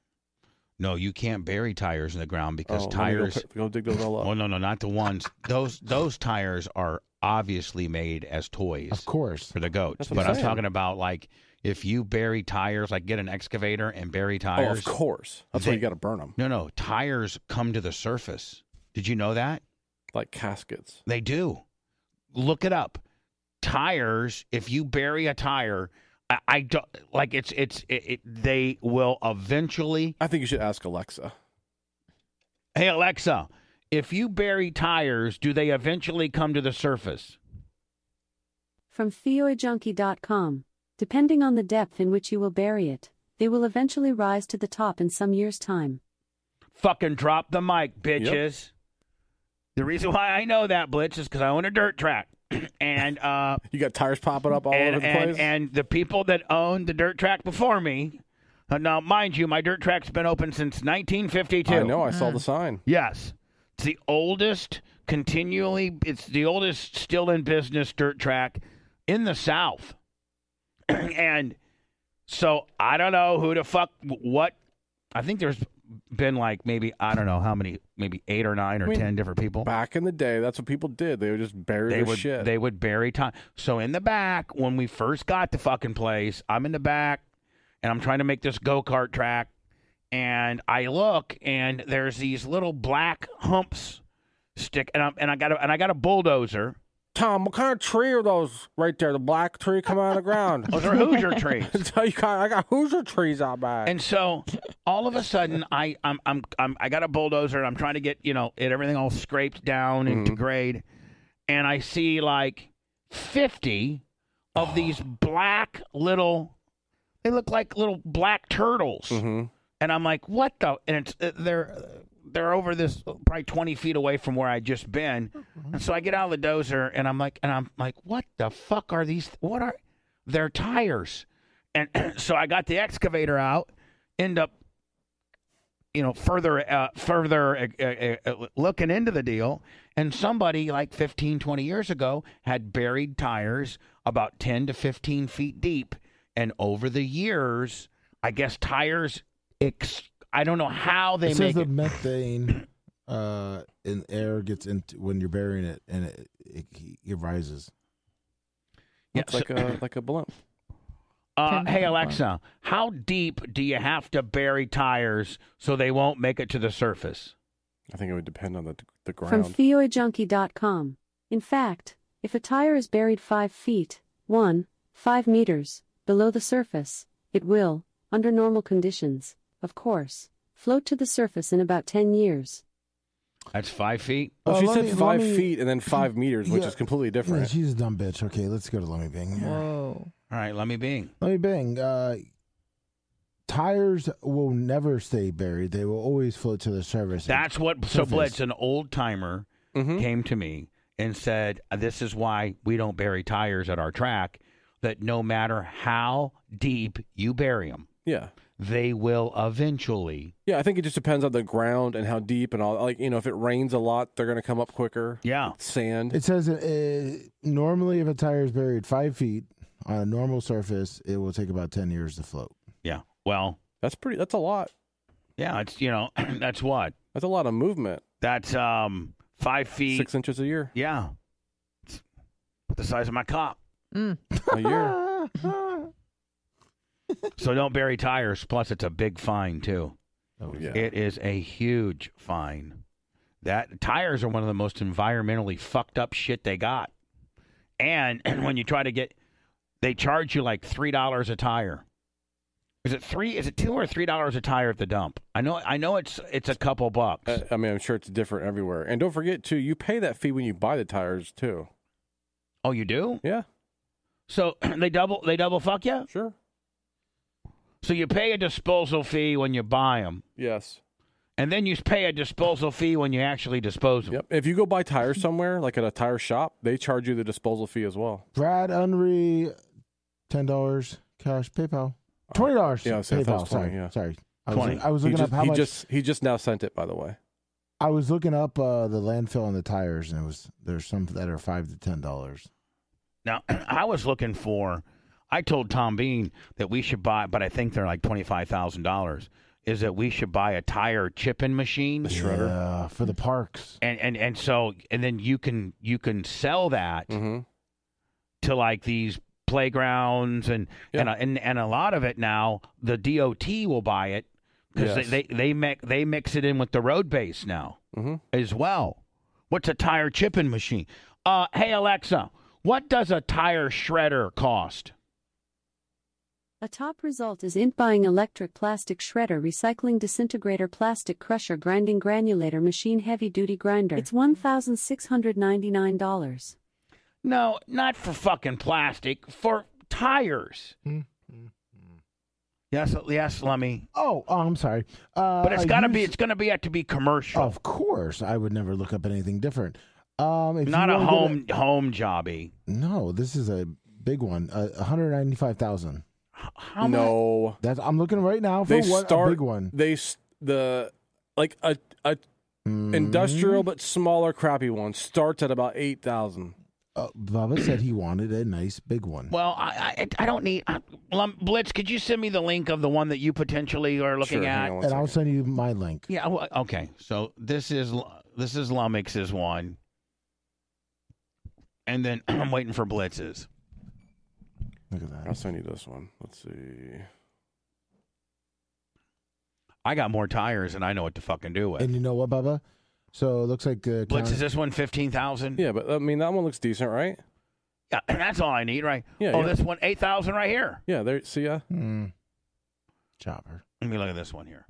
No, you can't bury tires in the ground because
Oh, let me go
tires.
pick- Go, dig those all up.
Oh no, no, not the ones. Those those tires are obviously made as
Of
toys
course.
for the goats.
That's what
But
I'm
I'm
saying.
talking about like if you bury tires, like get an excavator and bury
oh,
tires.
of course. That's why
They-
you got to burn them,
No, no, tires come to the surface. Did you know that?
like caskets.
They do. Look it up. Tires. If you bury a tire, I, I don't like it's it's it, it. They will eventually.
I think you should ask Alexa.
Hey Alexa, if you bury tires, do they eventually come to the surface?
From FioJunkie.com. Depending on the depth in which you will bury it, they will eventually rise to the top in some years' time.
Fucking drop the mic, bitches. The reason why I know that, Blitz, is because I own a dirt track. *clears throat* and
*laughs*
uh
You got tires popping up all
and,
over the
and,
place.
and the people that owned the dirt track before me. uh, now, mind you, my dirt track's been open since 1952.
I know. I
Mm.
saw the sign.
Yes. It's the oldest continually it's the oldest still in business dirt track in the South. *clears throat* and so I don't know who the fuck what I think there's been like maybe I don't know how many maybe 8 or 9 or
I mean,
10 different people.
Back in the day, that's what people did. They would just bury
They
their
would
shit.
they would bury time. So in the back when we first got the fucking place, I'm in the back and I'm trying to make this go-kart track and I look and there's these little black humps stick and I and I got a, and I got a bulldozer.
Tom, what kind of tree are those right there? The black tree coming out of
*laughs*
the ground. *laughs*
Those are Hoosier trees.
you got, I got Hoosier trees out back.
And so all of a sudden I I'm, I'm I'm I got a bulldozer and I'm trying to get, you know, it everything all scraped down and
Mhm.
degrade and I see like 50 of these black little they look like little black turtles.
Mhm.
and I'm like, what the? And it's uh, they're they're over this uh, probably 20 feet away from where I just been, and so I get out of the dozer and I'm like, and I'm like, what the fuck *clears throat* are these? What are? They're tires, and so I got the excavator out end up, you know, further uh, further uh, uh, uh, looking into the deal, and somebody like 15, 20 years ago had buried tires about 10 to 15 feet deep, and over the years, I guess tires, ex- I don't know how they
it
make
says the
it.
methane *coughs* uh, in air gets into when you're burying it, and it it, it rises.
Yeah,
It's like
so-
a like a blimp.
Uh,
Ten
hey
feet
Alexa, how deep do you have to bury tires so they won't make it to the surface?
I think it would depend on the the
From
ground.
FioJunkie.com. In fact, if a tire is buried 5 feet, 1, 5 meters, below the surface, it will, under normal conditions, of course, float to the surface in about 10 years.
That's five feet.
Well, she
let
said
me- let
five
me-
feet and then
*laughs*
five meters, which
Yeah.
is completely
Yeah,
different.
she's a dumb bitch. Okay, let's go to Lemmy Bing. here.
Whoa.
All right, let me Bing.
Lemmy Bing. Uh, tires will never stay buried. They will always float to the surface.
That's what. So Hmm?
Surface.
Blitz, an old timer,
Mhm.
came to me and said, uh, "This is why we don't bury tires at our track. That no matter how deep you bury them,
Yeah.
they will eventually."
Yeah, I think it just depends on the ground and how deep and all. Like you know, if it rains a lot, they're going to come up quicker.
Yeah.
Sand.
It says uh, normally if a tire is buried five feet on a normal surface, it will take about ten years to float.
Yeah. Well.
That's pretty. That's a lot.
Yeah. It's you know. *clears throat* that's what.
That's a lot of movement.
That's um five feet.
Six inches a year.
Yeah. It's the size of my cock.
Mm.
A year.
*laughs*
So don't bury tires. Plus, it's a big fine too.
Oh, yeah.
It is a huge fine. That tires are one of the most environmentally fucked up shit they got. And *clears throat* when you try to get, they charge you like three dollars a tire. Is it three? Is it two or three dollars a tire at the dump? I know. I know it's it's a couple bucks.
Uh, I mean, I'm sure it's different everywhere. And don't forget too, you pay that fee when you buy the tires too.
oh, you do?
Yeah.
So *clears throat* they double they double fuck you.
Sure.
So you pay a disposal fee when you buy them,
Yes.
and then you pay a disposal fee when you actually dispose of 'em.
Yep. If you go buy tires somewhere, like at a tire shop, they charge you the disposal fee as well.
Brad Unry, ten dollars cash PayPal, twenty dollars
Uh, Yeah, I was saying, I thought it
PayPal.
was 20,
sorry,
yeah.
sorry. I
20.
was, I was
He
looking
just,
up how
he
much.
just he just now sent it, by the way.
I was looking up uh, the landfill and the tires, and it was there's some that are five to ten dollars.
Now, *clears throat* I was looking for. I told Tom Bean that we should buy, but I think they're like twenty five thousand dollars. Is that we should buy a tire chipping machine,
yeah, for the parks.
and and and so and then you can you can sell that
Mm-hmm.
to like these playgrounds and and, a,
Yeah.
and and a lot of it now the DOT will buy it because
Yes.
they they they, mix they mix it in with the road base now
Mm-hmm.
as well. What's a tire chipping machine? Uh, hey Alexa, what does a tire shredder cost?
A top result is int buying electric plastic shredder, recycling disintegrator, plastic crusher, grinding granulator, machine heavy duty grinder. It's $1,699.
No, not for fucking plastic, for tires.
Hmm.
Yes, yes, Lummy.
Oh, oh, I'm sorry. Uh,
But it's
a
got to be.
used-
It's going to be have to be commercial,
Of course, I would never look up anything different. Um, if you
not a
wanna get
home home jobby.
no, this is a big one. Uh, one hundred ninety-five thousand.
H- How much?
no,
That's I'm looking right now for
they
what
start
a big one.
They s- the like a a industrial
Mm-hmm.
but smaller crappy one starts at about eight thousand.
Uh, Bubba said he wanted a nice big one.
Well, I I, I don't need I, Lum, Blitz. Could you send me the link of the one that you potentially are looking
sure,
at?
hang on one
and I'll
second.
send you my link.
Yeah. Well, okay. So this is L- this is Lumix's one, and then *clears throat* I'm waiting for Blitz's.
Look at that.
I'll send you this one. Let's see.
I got more tires, and I know what to fucking do with.
And you know what, Bubba? So it looks like uh,
Blitz,
county-
is this one fifteen thousand?
Yeah, but I mean that one looks decent, right?
Yeah, *clears throat* and that's all I need, right?
Yeah,
oh,
yeah.
this one eight thousand right here.
Yeah, there. See ya.
Hmm. chopper.
Let me look at this one here.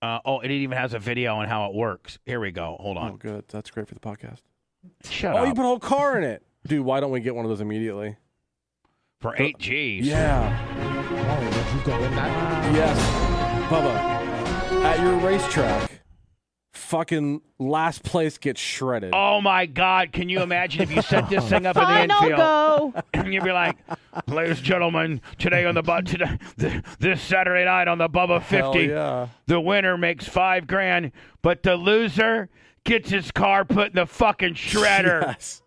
Uh, oh, it even has a video on how it works. Here we go. Hold
Oh,
on.
good. That's great for the podcast.
Shut
oh,
up.
you put a whole car in it, dude. Why don't we get one of those immediately?
For eight G's.
Yeah.
Oh, but you can win that.
Yes, Bubba. At your racetrack, fucking last place gets shredded.
Oh my God! Can you imagine if you set this thing
*laughs*
up in the
Final
infield?
go.
and *clears throat* you'd be like, ladies and gentlemen, today on the but today th- this Saturday night on the Bubba
Hell
Fifty,
yeah.
the winner makes five grand, but the loser gets his car put in the fucking shredder,
*laughs* Yes.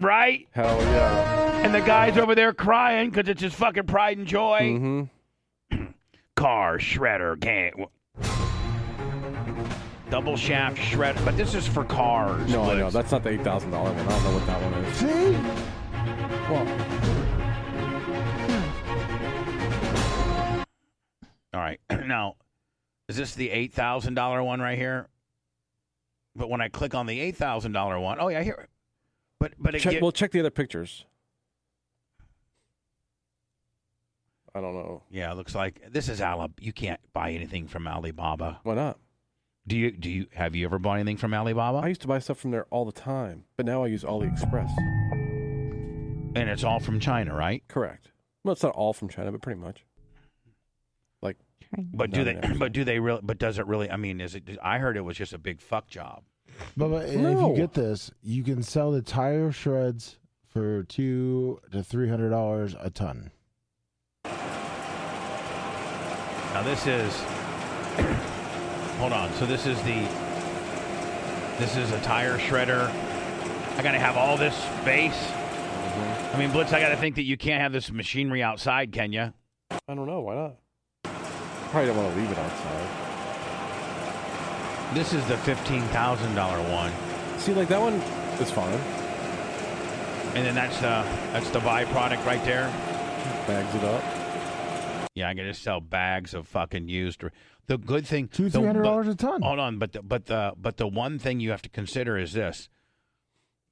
right?
Hell yeah.
And the guy's over there crying because it's his fucking pride and joy.
Mm-hmm.
Car shredder can't. Double shaft shredder, but this is for cars.
No, I know
Woods.
that's not the eight thousand dollar one. I don't know what that one is.
See?
All right. *clears throat* Now, is this the eight thousand dollar one right here? But when I click on the eight thousand dollar one, oh yeah, here. it. But but it
Check,
get-
well, check the other pictures. I don't know
yeah, it looks like this is Alib. You can't buy anything from Alibaba.
why not.
Do you? Do you? Have you ever bought anything from
I
Alibaba?
used to buy stuff from there all the time, but now I use AliExpress.
And it's all from China, right?
Correct. Well, it's not all from China, but pretty much.
*laughs*
But do
No,
they? *clears throat*
no, no.
But do they really? But does it really? I mean, is it? I heard it was just a big fuck job.
But, but and if
No.
you get this, you can sell the tire shreds for two to three hundred dollars a ton.
Now this is. *clears throat* Hold on. So this is the. This is a tire shredder. I gotta have all this space.
Mm-hmm.
I mean, Blitz. I gotta think that you can't have this machinery outside, can you?
I don't know why not. Probably don't want to leave it outside.
This is the fifteen thousand dollar one,
See, like that one is fine.
and then that's the that's the byproduct right there.
Bags it up.
Yeah, I can just sell bags of fucking used. The good thing,
Two
the-
three hundred dollars
but-
a ton.
Hold on, but the, but the but the one thing you have to consider is this: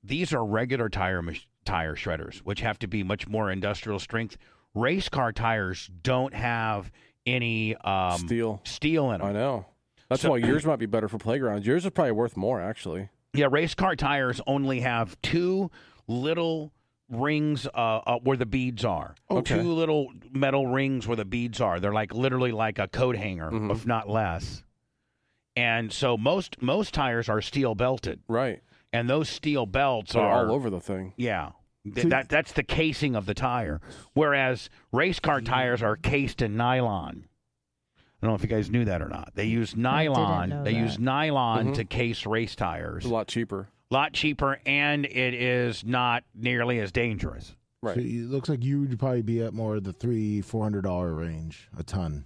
these are regular tire mach- tire shredders, which have to be much more industrial strength. Race car tires don't have any um,
Steel.
steel in
I
them.
know. That's
so-
why yours might be better for playgrounds. Yours is probably worth more, actually.
Yeah, race car tires only have two little rings uh, uh, where the beads are.
Okay.
Two little metal rings where the beads are. They're like literally like a coat hanger,
Mhm.
if not less. And so most most tires are steel belted,
Right.
and those steel belts
So
are
all over the thing.
Yeah. Th- that that's the casing of the tire, whereas race car tires are cased in nylon. I don't know if you guys knew that or not. They use
know
nylon. They
that.
use nylon
Mhm.
to case race tires
It's a lot cheaper.
lot cheaper and it is not nearly as dangerous.
So it looks like you would probably be at more of the three four hundred dollar range a ton.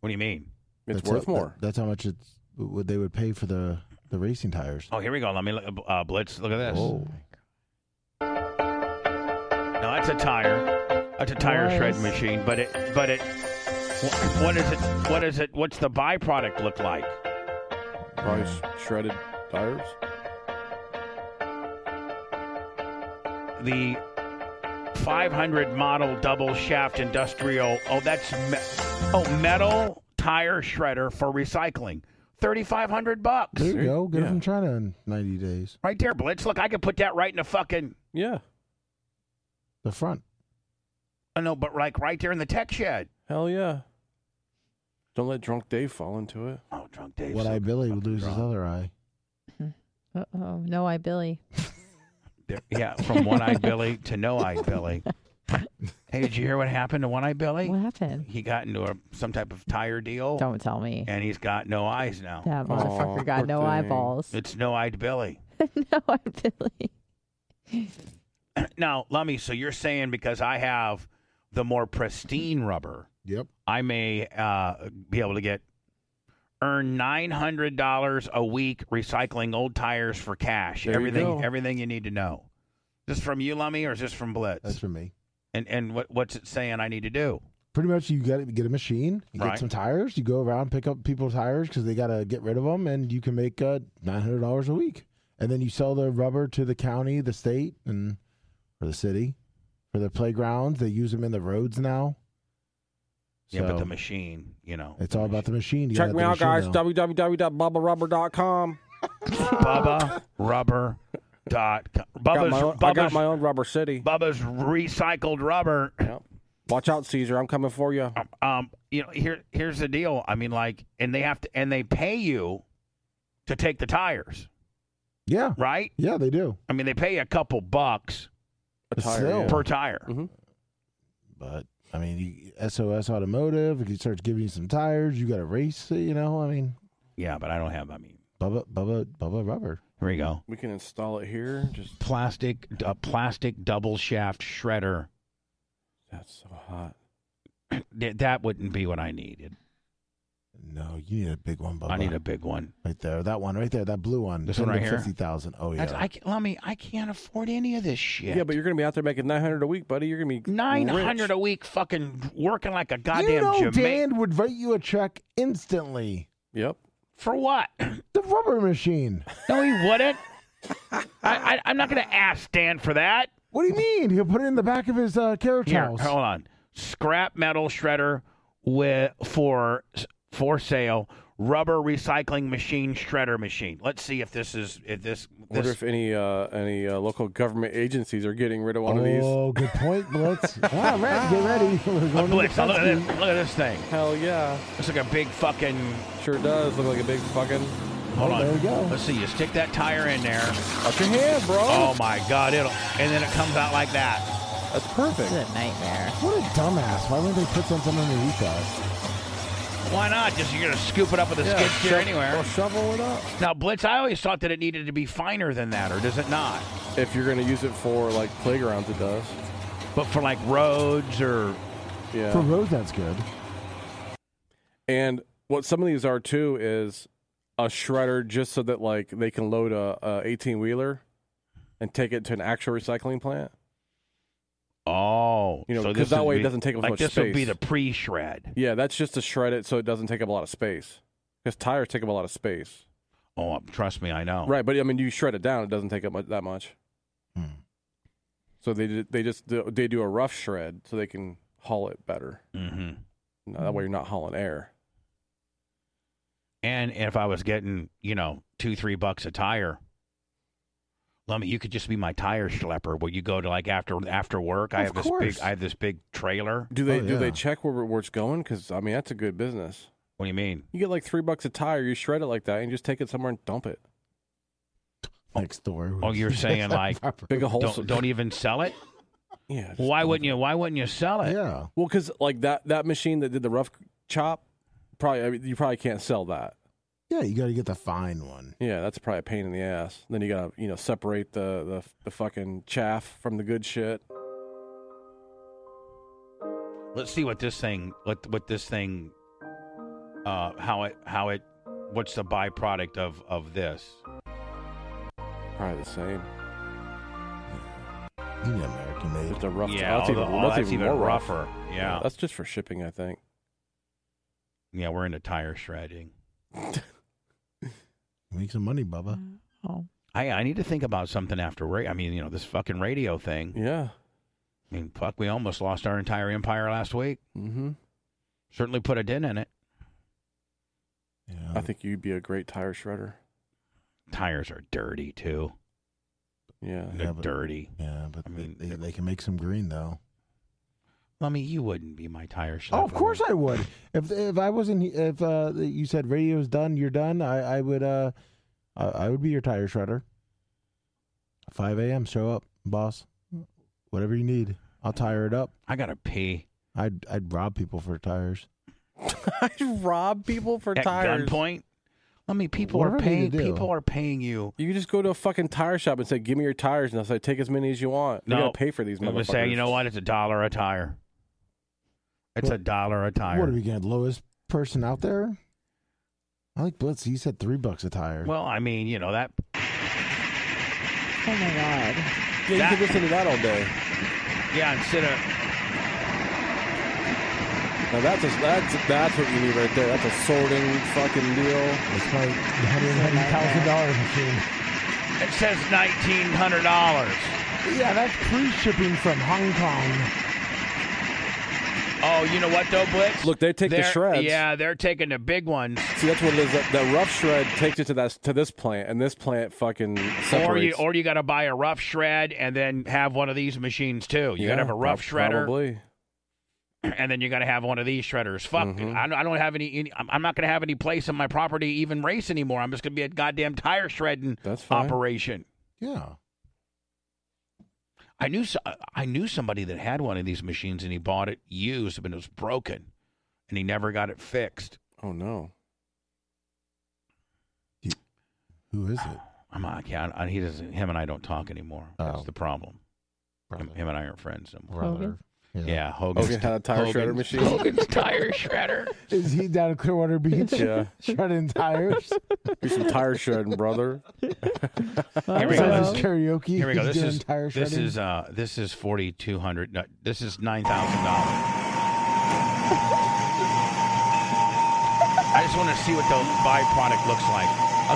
What do you mean?
It's
That's
worth
it-
more.
that- that's how much it's what they would pay for the the racing tires.
Oh, here we go. Let me look, uh, blitz. Look at this.
Oh.
Whoa.
Now that's a tire. That's a tire
Nice.
shred machine. But it, but it, wh- what is it? What is it? What's the byproduct look like?
Probably sh- shredded tires.
The 500 model double shaft industrial. Oh, that's me- oh metal tire shredder for recycling. 3,500 bucks.
There you go. Get it
Yeah.
from China in ninety days.
Right there, Blitz. Look, I could put that right in the fucking.
Yeah.
The front.
I know, but like right there in the tech shed.
Hell yeah. Don't let drunk Dave fall into it.
Oh, drunk Dave.
What I Billy would lose his
drunk.
other eye.
Oh, no, I Billy.
There- yeah, from One Eyed Billy to No Eyed Billy. Hey, did you hear what happened to One Eyed Billy?
What happened?
He got into a, some type of tire deal,
Don't tell me.
and he's got no eyes now.
That motherfucker
Aw,
got
poor
no
thing.
eyeballs. *laughs*
It's No Eyed Billy. *clears throat*
no, I Billy.
Now, Lummy, so you're saying because I have the more pristine rubber,
Yep.
I may uh, be able to get earn nine hundred dollars a week recycling old tires for cash.
There you
everything,
go.
everything you need to know. Is this from you, Lummy, or is this from Blitz?
That's for me.
and and what what's it saying I need to do?
Pretty much, you get get a machine, you
Right.
get some tires, you go around pick up people's tires because they gotta get rid of them, and you can make uh, nine hundred dollars a week, and then you sell the rubber to the county, the state, and or the city for the playgrounds. They use them in the roads now.
Yeah, but
So,
the machine, you know.
It's all about *laughs* the machine. You
Check
gotta
me out,
have the
guys.
machine now.
www.bubbarubber.com.
Bubba Rubber dot com.
Got
Bubba's,
my own, I got
Bubba's,
my own rubber city.
Bubba's recycled rubber.
Yep. Watch out, Caesar. I'm coming for you.
Um, you know, here here's the deal. I mean, like, and they have to, and they pay you to take the tires,
Yeah.
right?
Yeah, they do.
I mean, they pay a couple bucks
A
But
tire,
still.
yeah. Mm-hmm.
per tire.
But I mean, you, SOS Automotive, if he starts giving you some tires, you got to race it, you know? I mean,
Yeah, but I don't have. I mean,
Bubba, Bubba, Bubba Rubber.
here we go.
We can install it here. Just
Plastic, a plastic double shaft shredder.
that's so hot.
Th- That wouldn't be what I needed.
No, you need a big one, Bubba.
I need a big one.
Right there. That one right there. That blue one.
This one right here?
50,000. Oh, yeah.
That's, I can't, let me. I can't afford any of this shit.
Yeah, but you're gonna be out there making nine hundred a week, buddy. You're gonna be
nine
rich.
hundred a week, fucking working like a goddamn
you know
Jama-
Dan would write you a check instantly.
Yep.
for what? *clears throat*
The rubber machine.
No, he wouldn't. I, I, I'm not going to ask Dan for that.
What do you mean? He'll put it in the back of his uh, carriage
Here,
house.
hold on. Scrap metal shredder with for for sale. Rubber recycling machine shredder machine. Let's see if this is if this.
Wonder
this
if any uh, any uh, local government agencies are getting rid of one of these.
Oh, good point, Blitz. *laughs* All right, get *laughs* ready. We're going to the
Blitz, look at this.
Pepsi.
Look at this thing.
Hell yeah,
Looks like a big fucking.
sure does. Look like a big fucking.
Hold
Oh,
on.
there we go.
Let's see. You stick that tire in there.
Watch your hand, bro.
Oh my god! It'll and then it comes out like that.
That's perfect.
It's a nightmare.
What a dumbass. Why wouldn't they put something underneath that?
Why not? Just you're gonna scoop it up with a skid steer
sho-
anywhere.
Or shovel it up.
Now, Blitz, I always thought that it needed to be finer than that, or does it not?
If you're gonna use it for like playgrounds, it does.
But for like roads or
Yeah.
For Rose, that's good.
And what some of these are too is a shredder just so that like they can load a, a 18 wheeler and take it to an actual recycling plant.
oh,
You know,
so
'cause
this
that
would
way it
be-
doesn't take up
like
much
this would be
space.
the pre-shred.
Yeah, that's just to shred it so it doesn't take up a lot of space. Because tires take up a lot of space.
Oh, um, trust me, I know.
Right, but I mean, you shred it down; it doesn't take up mu- that much.
Hmm.
So they did- they just do- they do a rough shred so they can haul it better.
hmm
No, that way you're not hauling air.
And if I was getting, you know, two, three bucks a tire, Lummy, you could just be my tire schlepper. Where you go to like after after work, I
Of
have this
course.
big, I have this big trailer.
Do they
Oh,
do
yeah.
they check where, where it's going? Because I mean, that's a good business.
What do you mean?
You get like three bucks a tire, you shred it like that, and you just take it somewhere and dump it.
Next door.
Oh,
*laughs*
you're saying, like,
Big a hole. so-
Don't, don't even sell it.
yeah. just
Why
dump
wouldn't
it.
you? Why wouldn't you sell it?
Yeah.
Well, because like that that machine that did the rough chop, probably I mean, you probably can't sell that.
Yeah, you got to get the fine one.
Yeah, that's probably a pain in the ass. Then you gotta you know separate the the, the fucking chaff from the good shit.
Let's see what this thing, what what this thing, uh, how it, how it, what's the byproduct of of this?
Probably the same.
You need American made.
It's a rough.
yeah,
that's
although-
even,
oh,
that's
that's
even
even
more rough.
rougher. Yeah,
that's just for shipping, I think.
yeah, we're into tire shredding.
Make some money, Bubba.
Oh.
I I need to think about something after work. I mean, you know, this fucking radio thing.
Yeah.
I mean, fuck, we almost lost our entire empire last week.
Mm-hmm.
Certainly put a dent in it.
Yeah.
I think you'd be a great tire shredder.
Tires are dirty too.
Yeah.
They're
Yeah, but-
dirty.
Yeah, but
I
they-
mean,
they,
it-
they can make some green though.
Lummy, you wouldn't be my tire shredder.
Oh, of course I *laughs* would. If if I wasn't if uh, you said radio's done, you're done. I I would uh I, I would be your tire shredder. Five a.m. Show up, boss. Whatever you need, I'll tire it up.
I gotta pee.
I'd I'd rob people for tires.
*laughs* I rob people for
at
tires.
gunpoint. I mean, people
Whatever
are
they need
paying.
to do.
People are paying you.
You could just go to a fucking tire shop and say, "Give me your tires," and they'll say, "Take as many as you want." They're
No.
gonna pay for these
I'm
motherfuckers.
saying, you know what? It's a dollar a tire. It's a
What-
dollar a tire.
What are we getting? Lowest person out there? I like Blitz. He said three bucks a tire.
well, I mean, you know that.
Oh my god.
Yeah, you
That-
could listen to that all day.
Yeah, instead of
Now that's a, that's that's what you need right there. That's a sorting fucking deal.
it's my *laughs* hundred ninety thousand dollar machine.
it says nineteen hundred dollars.
Yeah, that's free shipping from Hong Kong.
Oh, you know what though, Blitz?
Look, they take the
They're-
shreds.
Yeah, they're taking the big ones,
See, that's what it is. That, that rough shred takes it to that to this plant, and this plant fucking separates.
or you or you got to buy a rough shred and then have one of these machines too. You got to have a rough
prob-
shredder.
Probably.
*clears throat* and then you're gonna have one of these shredders. Fuck, dude,
Mhm.
I, don't- I don't have any, any. I'm I'm not gonna have any place on my property to even race anymore. I'm just gonna be a goddamn tire shredding
That's fine.
operation.
Yeah.
I knew so- I knew somebody that had one of these machines and he bought it used, but it was broken, and he never got it fixed.
oh *laughs* no.
Who is it?
I'm like, yeah, I- he doesn't. Him and I don't talk anymore. That's
Oh.
the problem. Him, him and I aren't friends anymore.
Brother.
Yeah,
Yeah.
Hogan's,
Hogan had a Oh, tire shredder
Hogan's-
machine.
Hogan's tire shredder.
Is he down at Clearwater Beach?
Yeah.
*laughs* Shredding tires.
Be some tire shredding, *laughs* brother.
*laughs* Here we
Is that
go.
his karaoke?
Here we go. This
He's doing
is
tire
this
shredding?
is uh this is forty two hundred. No, this is nine thousand dollars. I just want to see what the byproduct looks like.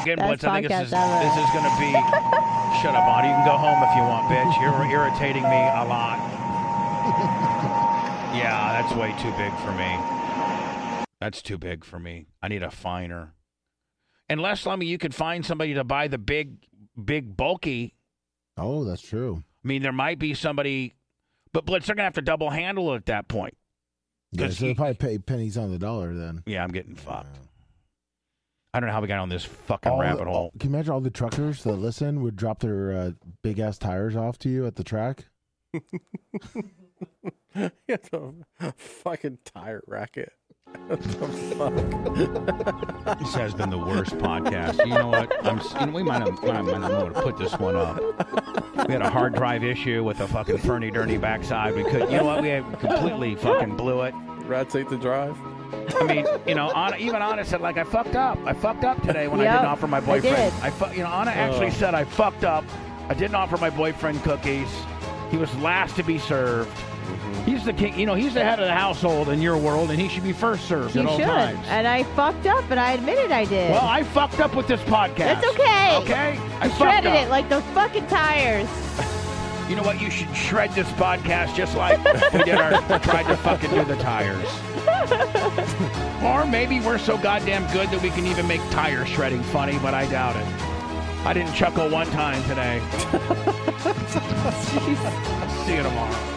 Again,
Best
Blitz. I think this
podcast
is
ever.
this is going to be. Shut up, Audie. You can go home if you want, bitch. You're irritating me a lot. Yeah, that's way too big for me. That's too big for me. I need a finer. Unless, Lummy, you could find somebody to buy the big, big bulky
Oh, that's true.
I mean, there might be somebody, but Blitz, they're going to have to double handle it at that point.
Yeah,
'Cause
so
he-
they probably pay pennies on the dollar then.
Yeah, I'm getting fucked.
Yeah.
I don't know how we got on this fucking
All the-
rabbit hole.
all- can you imagine all the truckers that listen would drop their uh, big ass tires off to you at the track?
It's a fucking tire racket. What the
*laughs*
fuck?
This has been the worst podcast. You know what? I'm, s- you know, we might not, might not, might not know how to put this one up. We had a hard drive issue with a fucking ferny dirty backside. We could, you know what? We had completely fucking blew it.
Rats ate the drive.
I mean, you know, Anna, even Anna said, like, I fucked up. I fucked up today when I
Yep,
didn't offer my
I
boyfriend.
did.
fu- you know, Anna actually
Ugh.
said, I fucked up. I didn't offer my boyfriend cookies. He was last to be served. He's the king, you know, he's the head of the household in your world, and he should be first served
You
at all
should.
times.
And I fucked up, and I admitted I did.
well, I fucked up with this podcast.
That's okay.
Okay? I fucked
shredded
up.
it like the fucking tires.
you know what? You should shred this podcast just like we did our tried to fucking do the tires. or maybe we're so goddamn good that we can even make tire shredding funny, but I doubt it. I didn't chuckle one time today. See you tomorrow.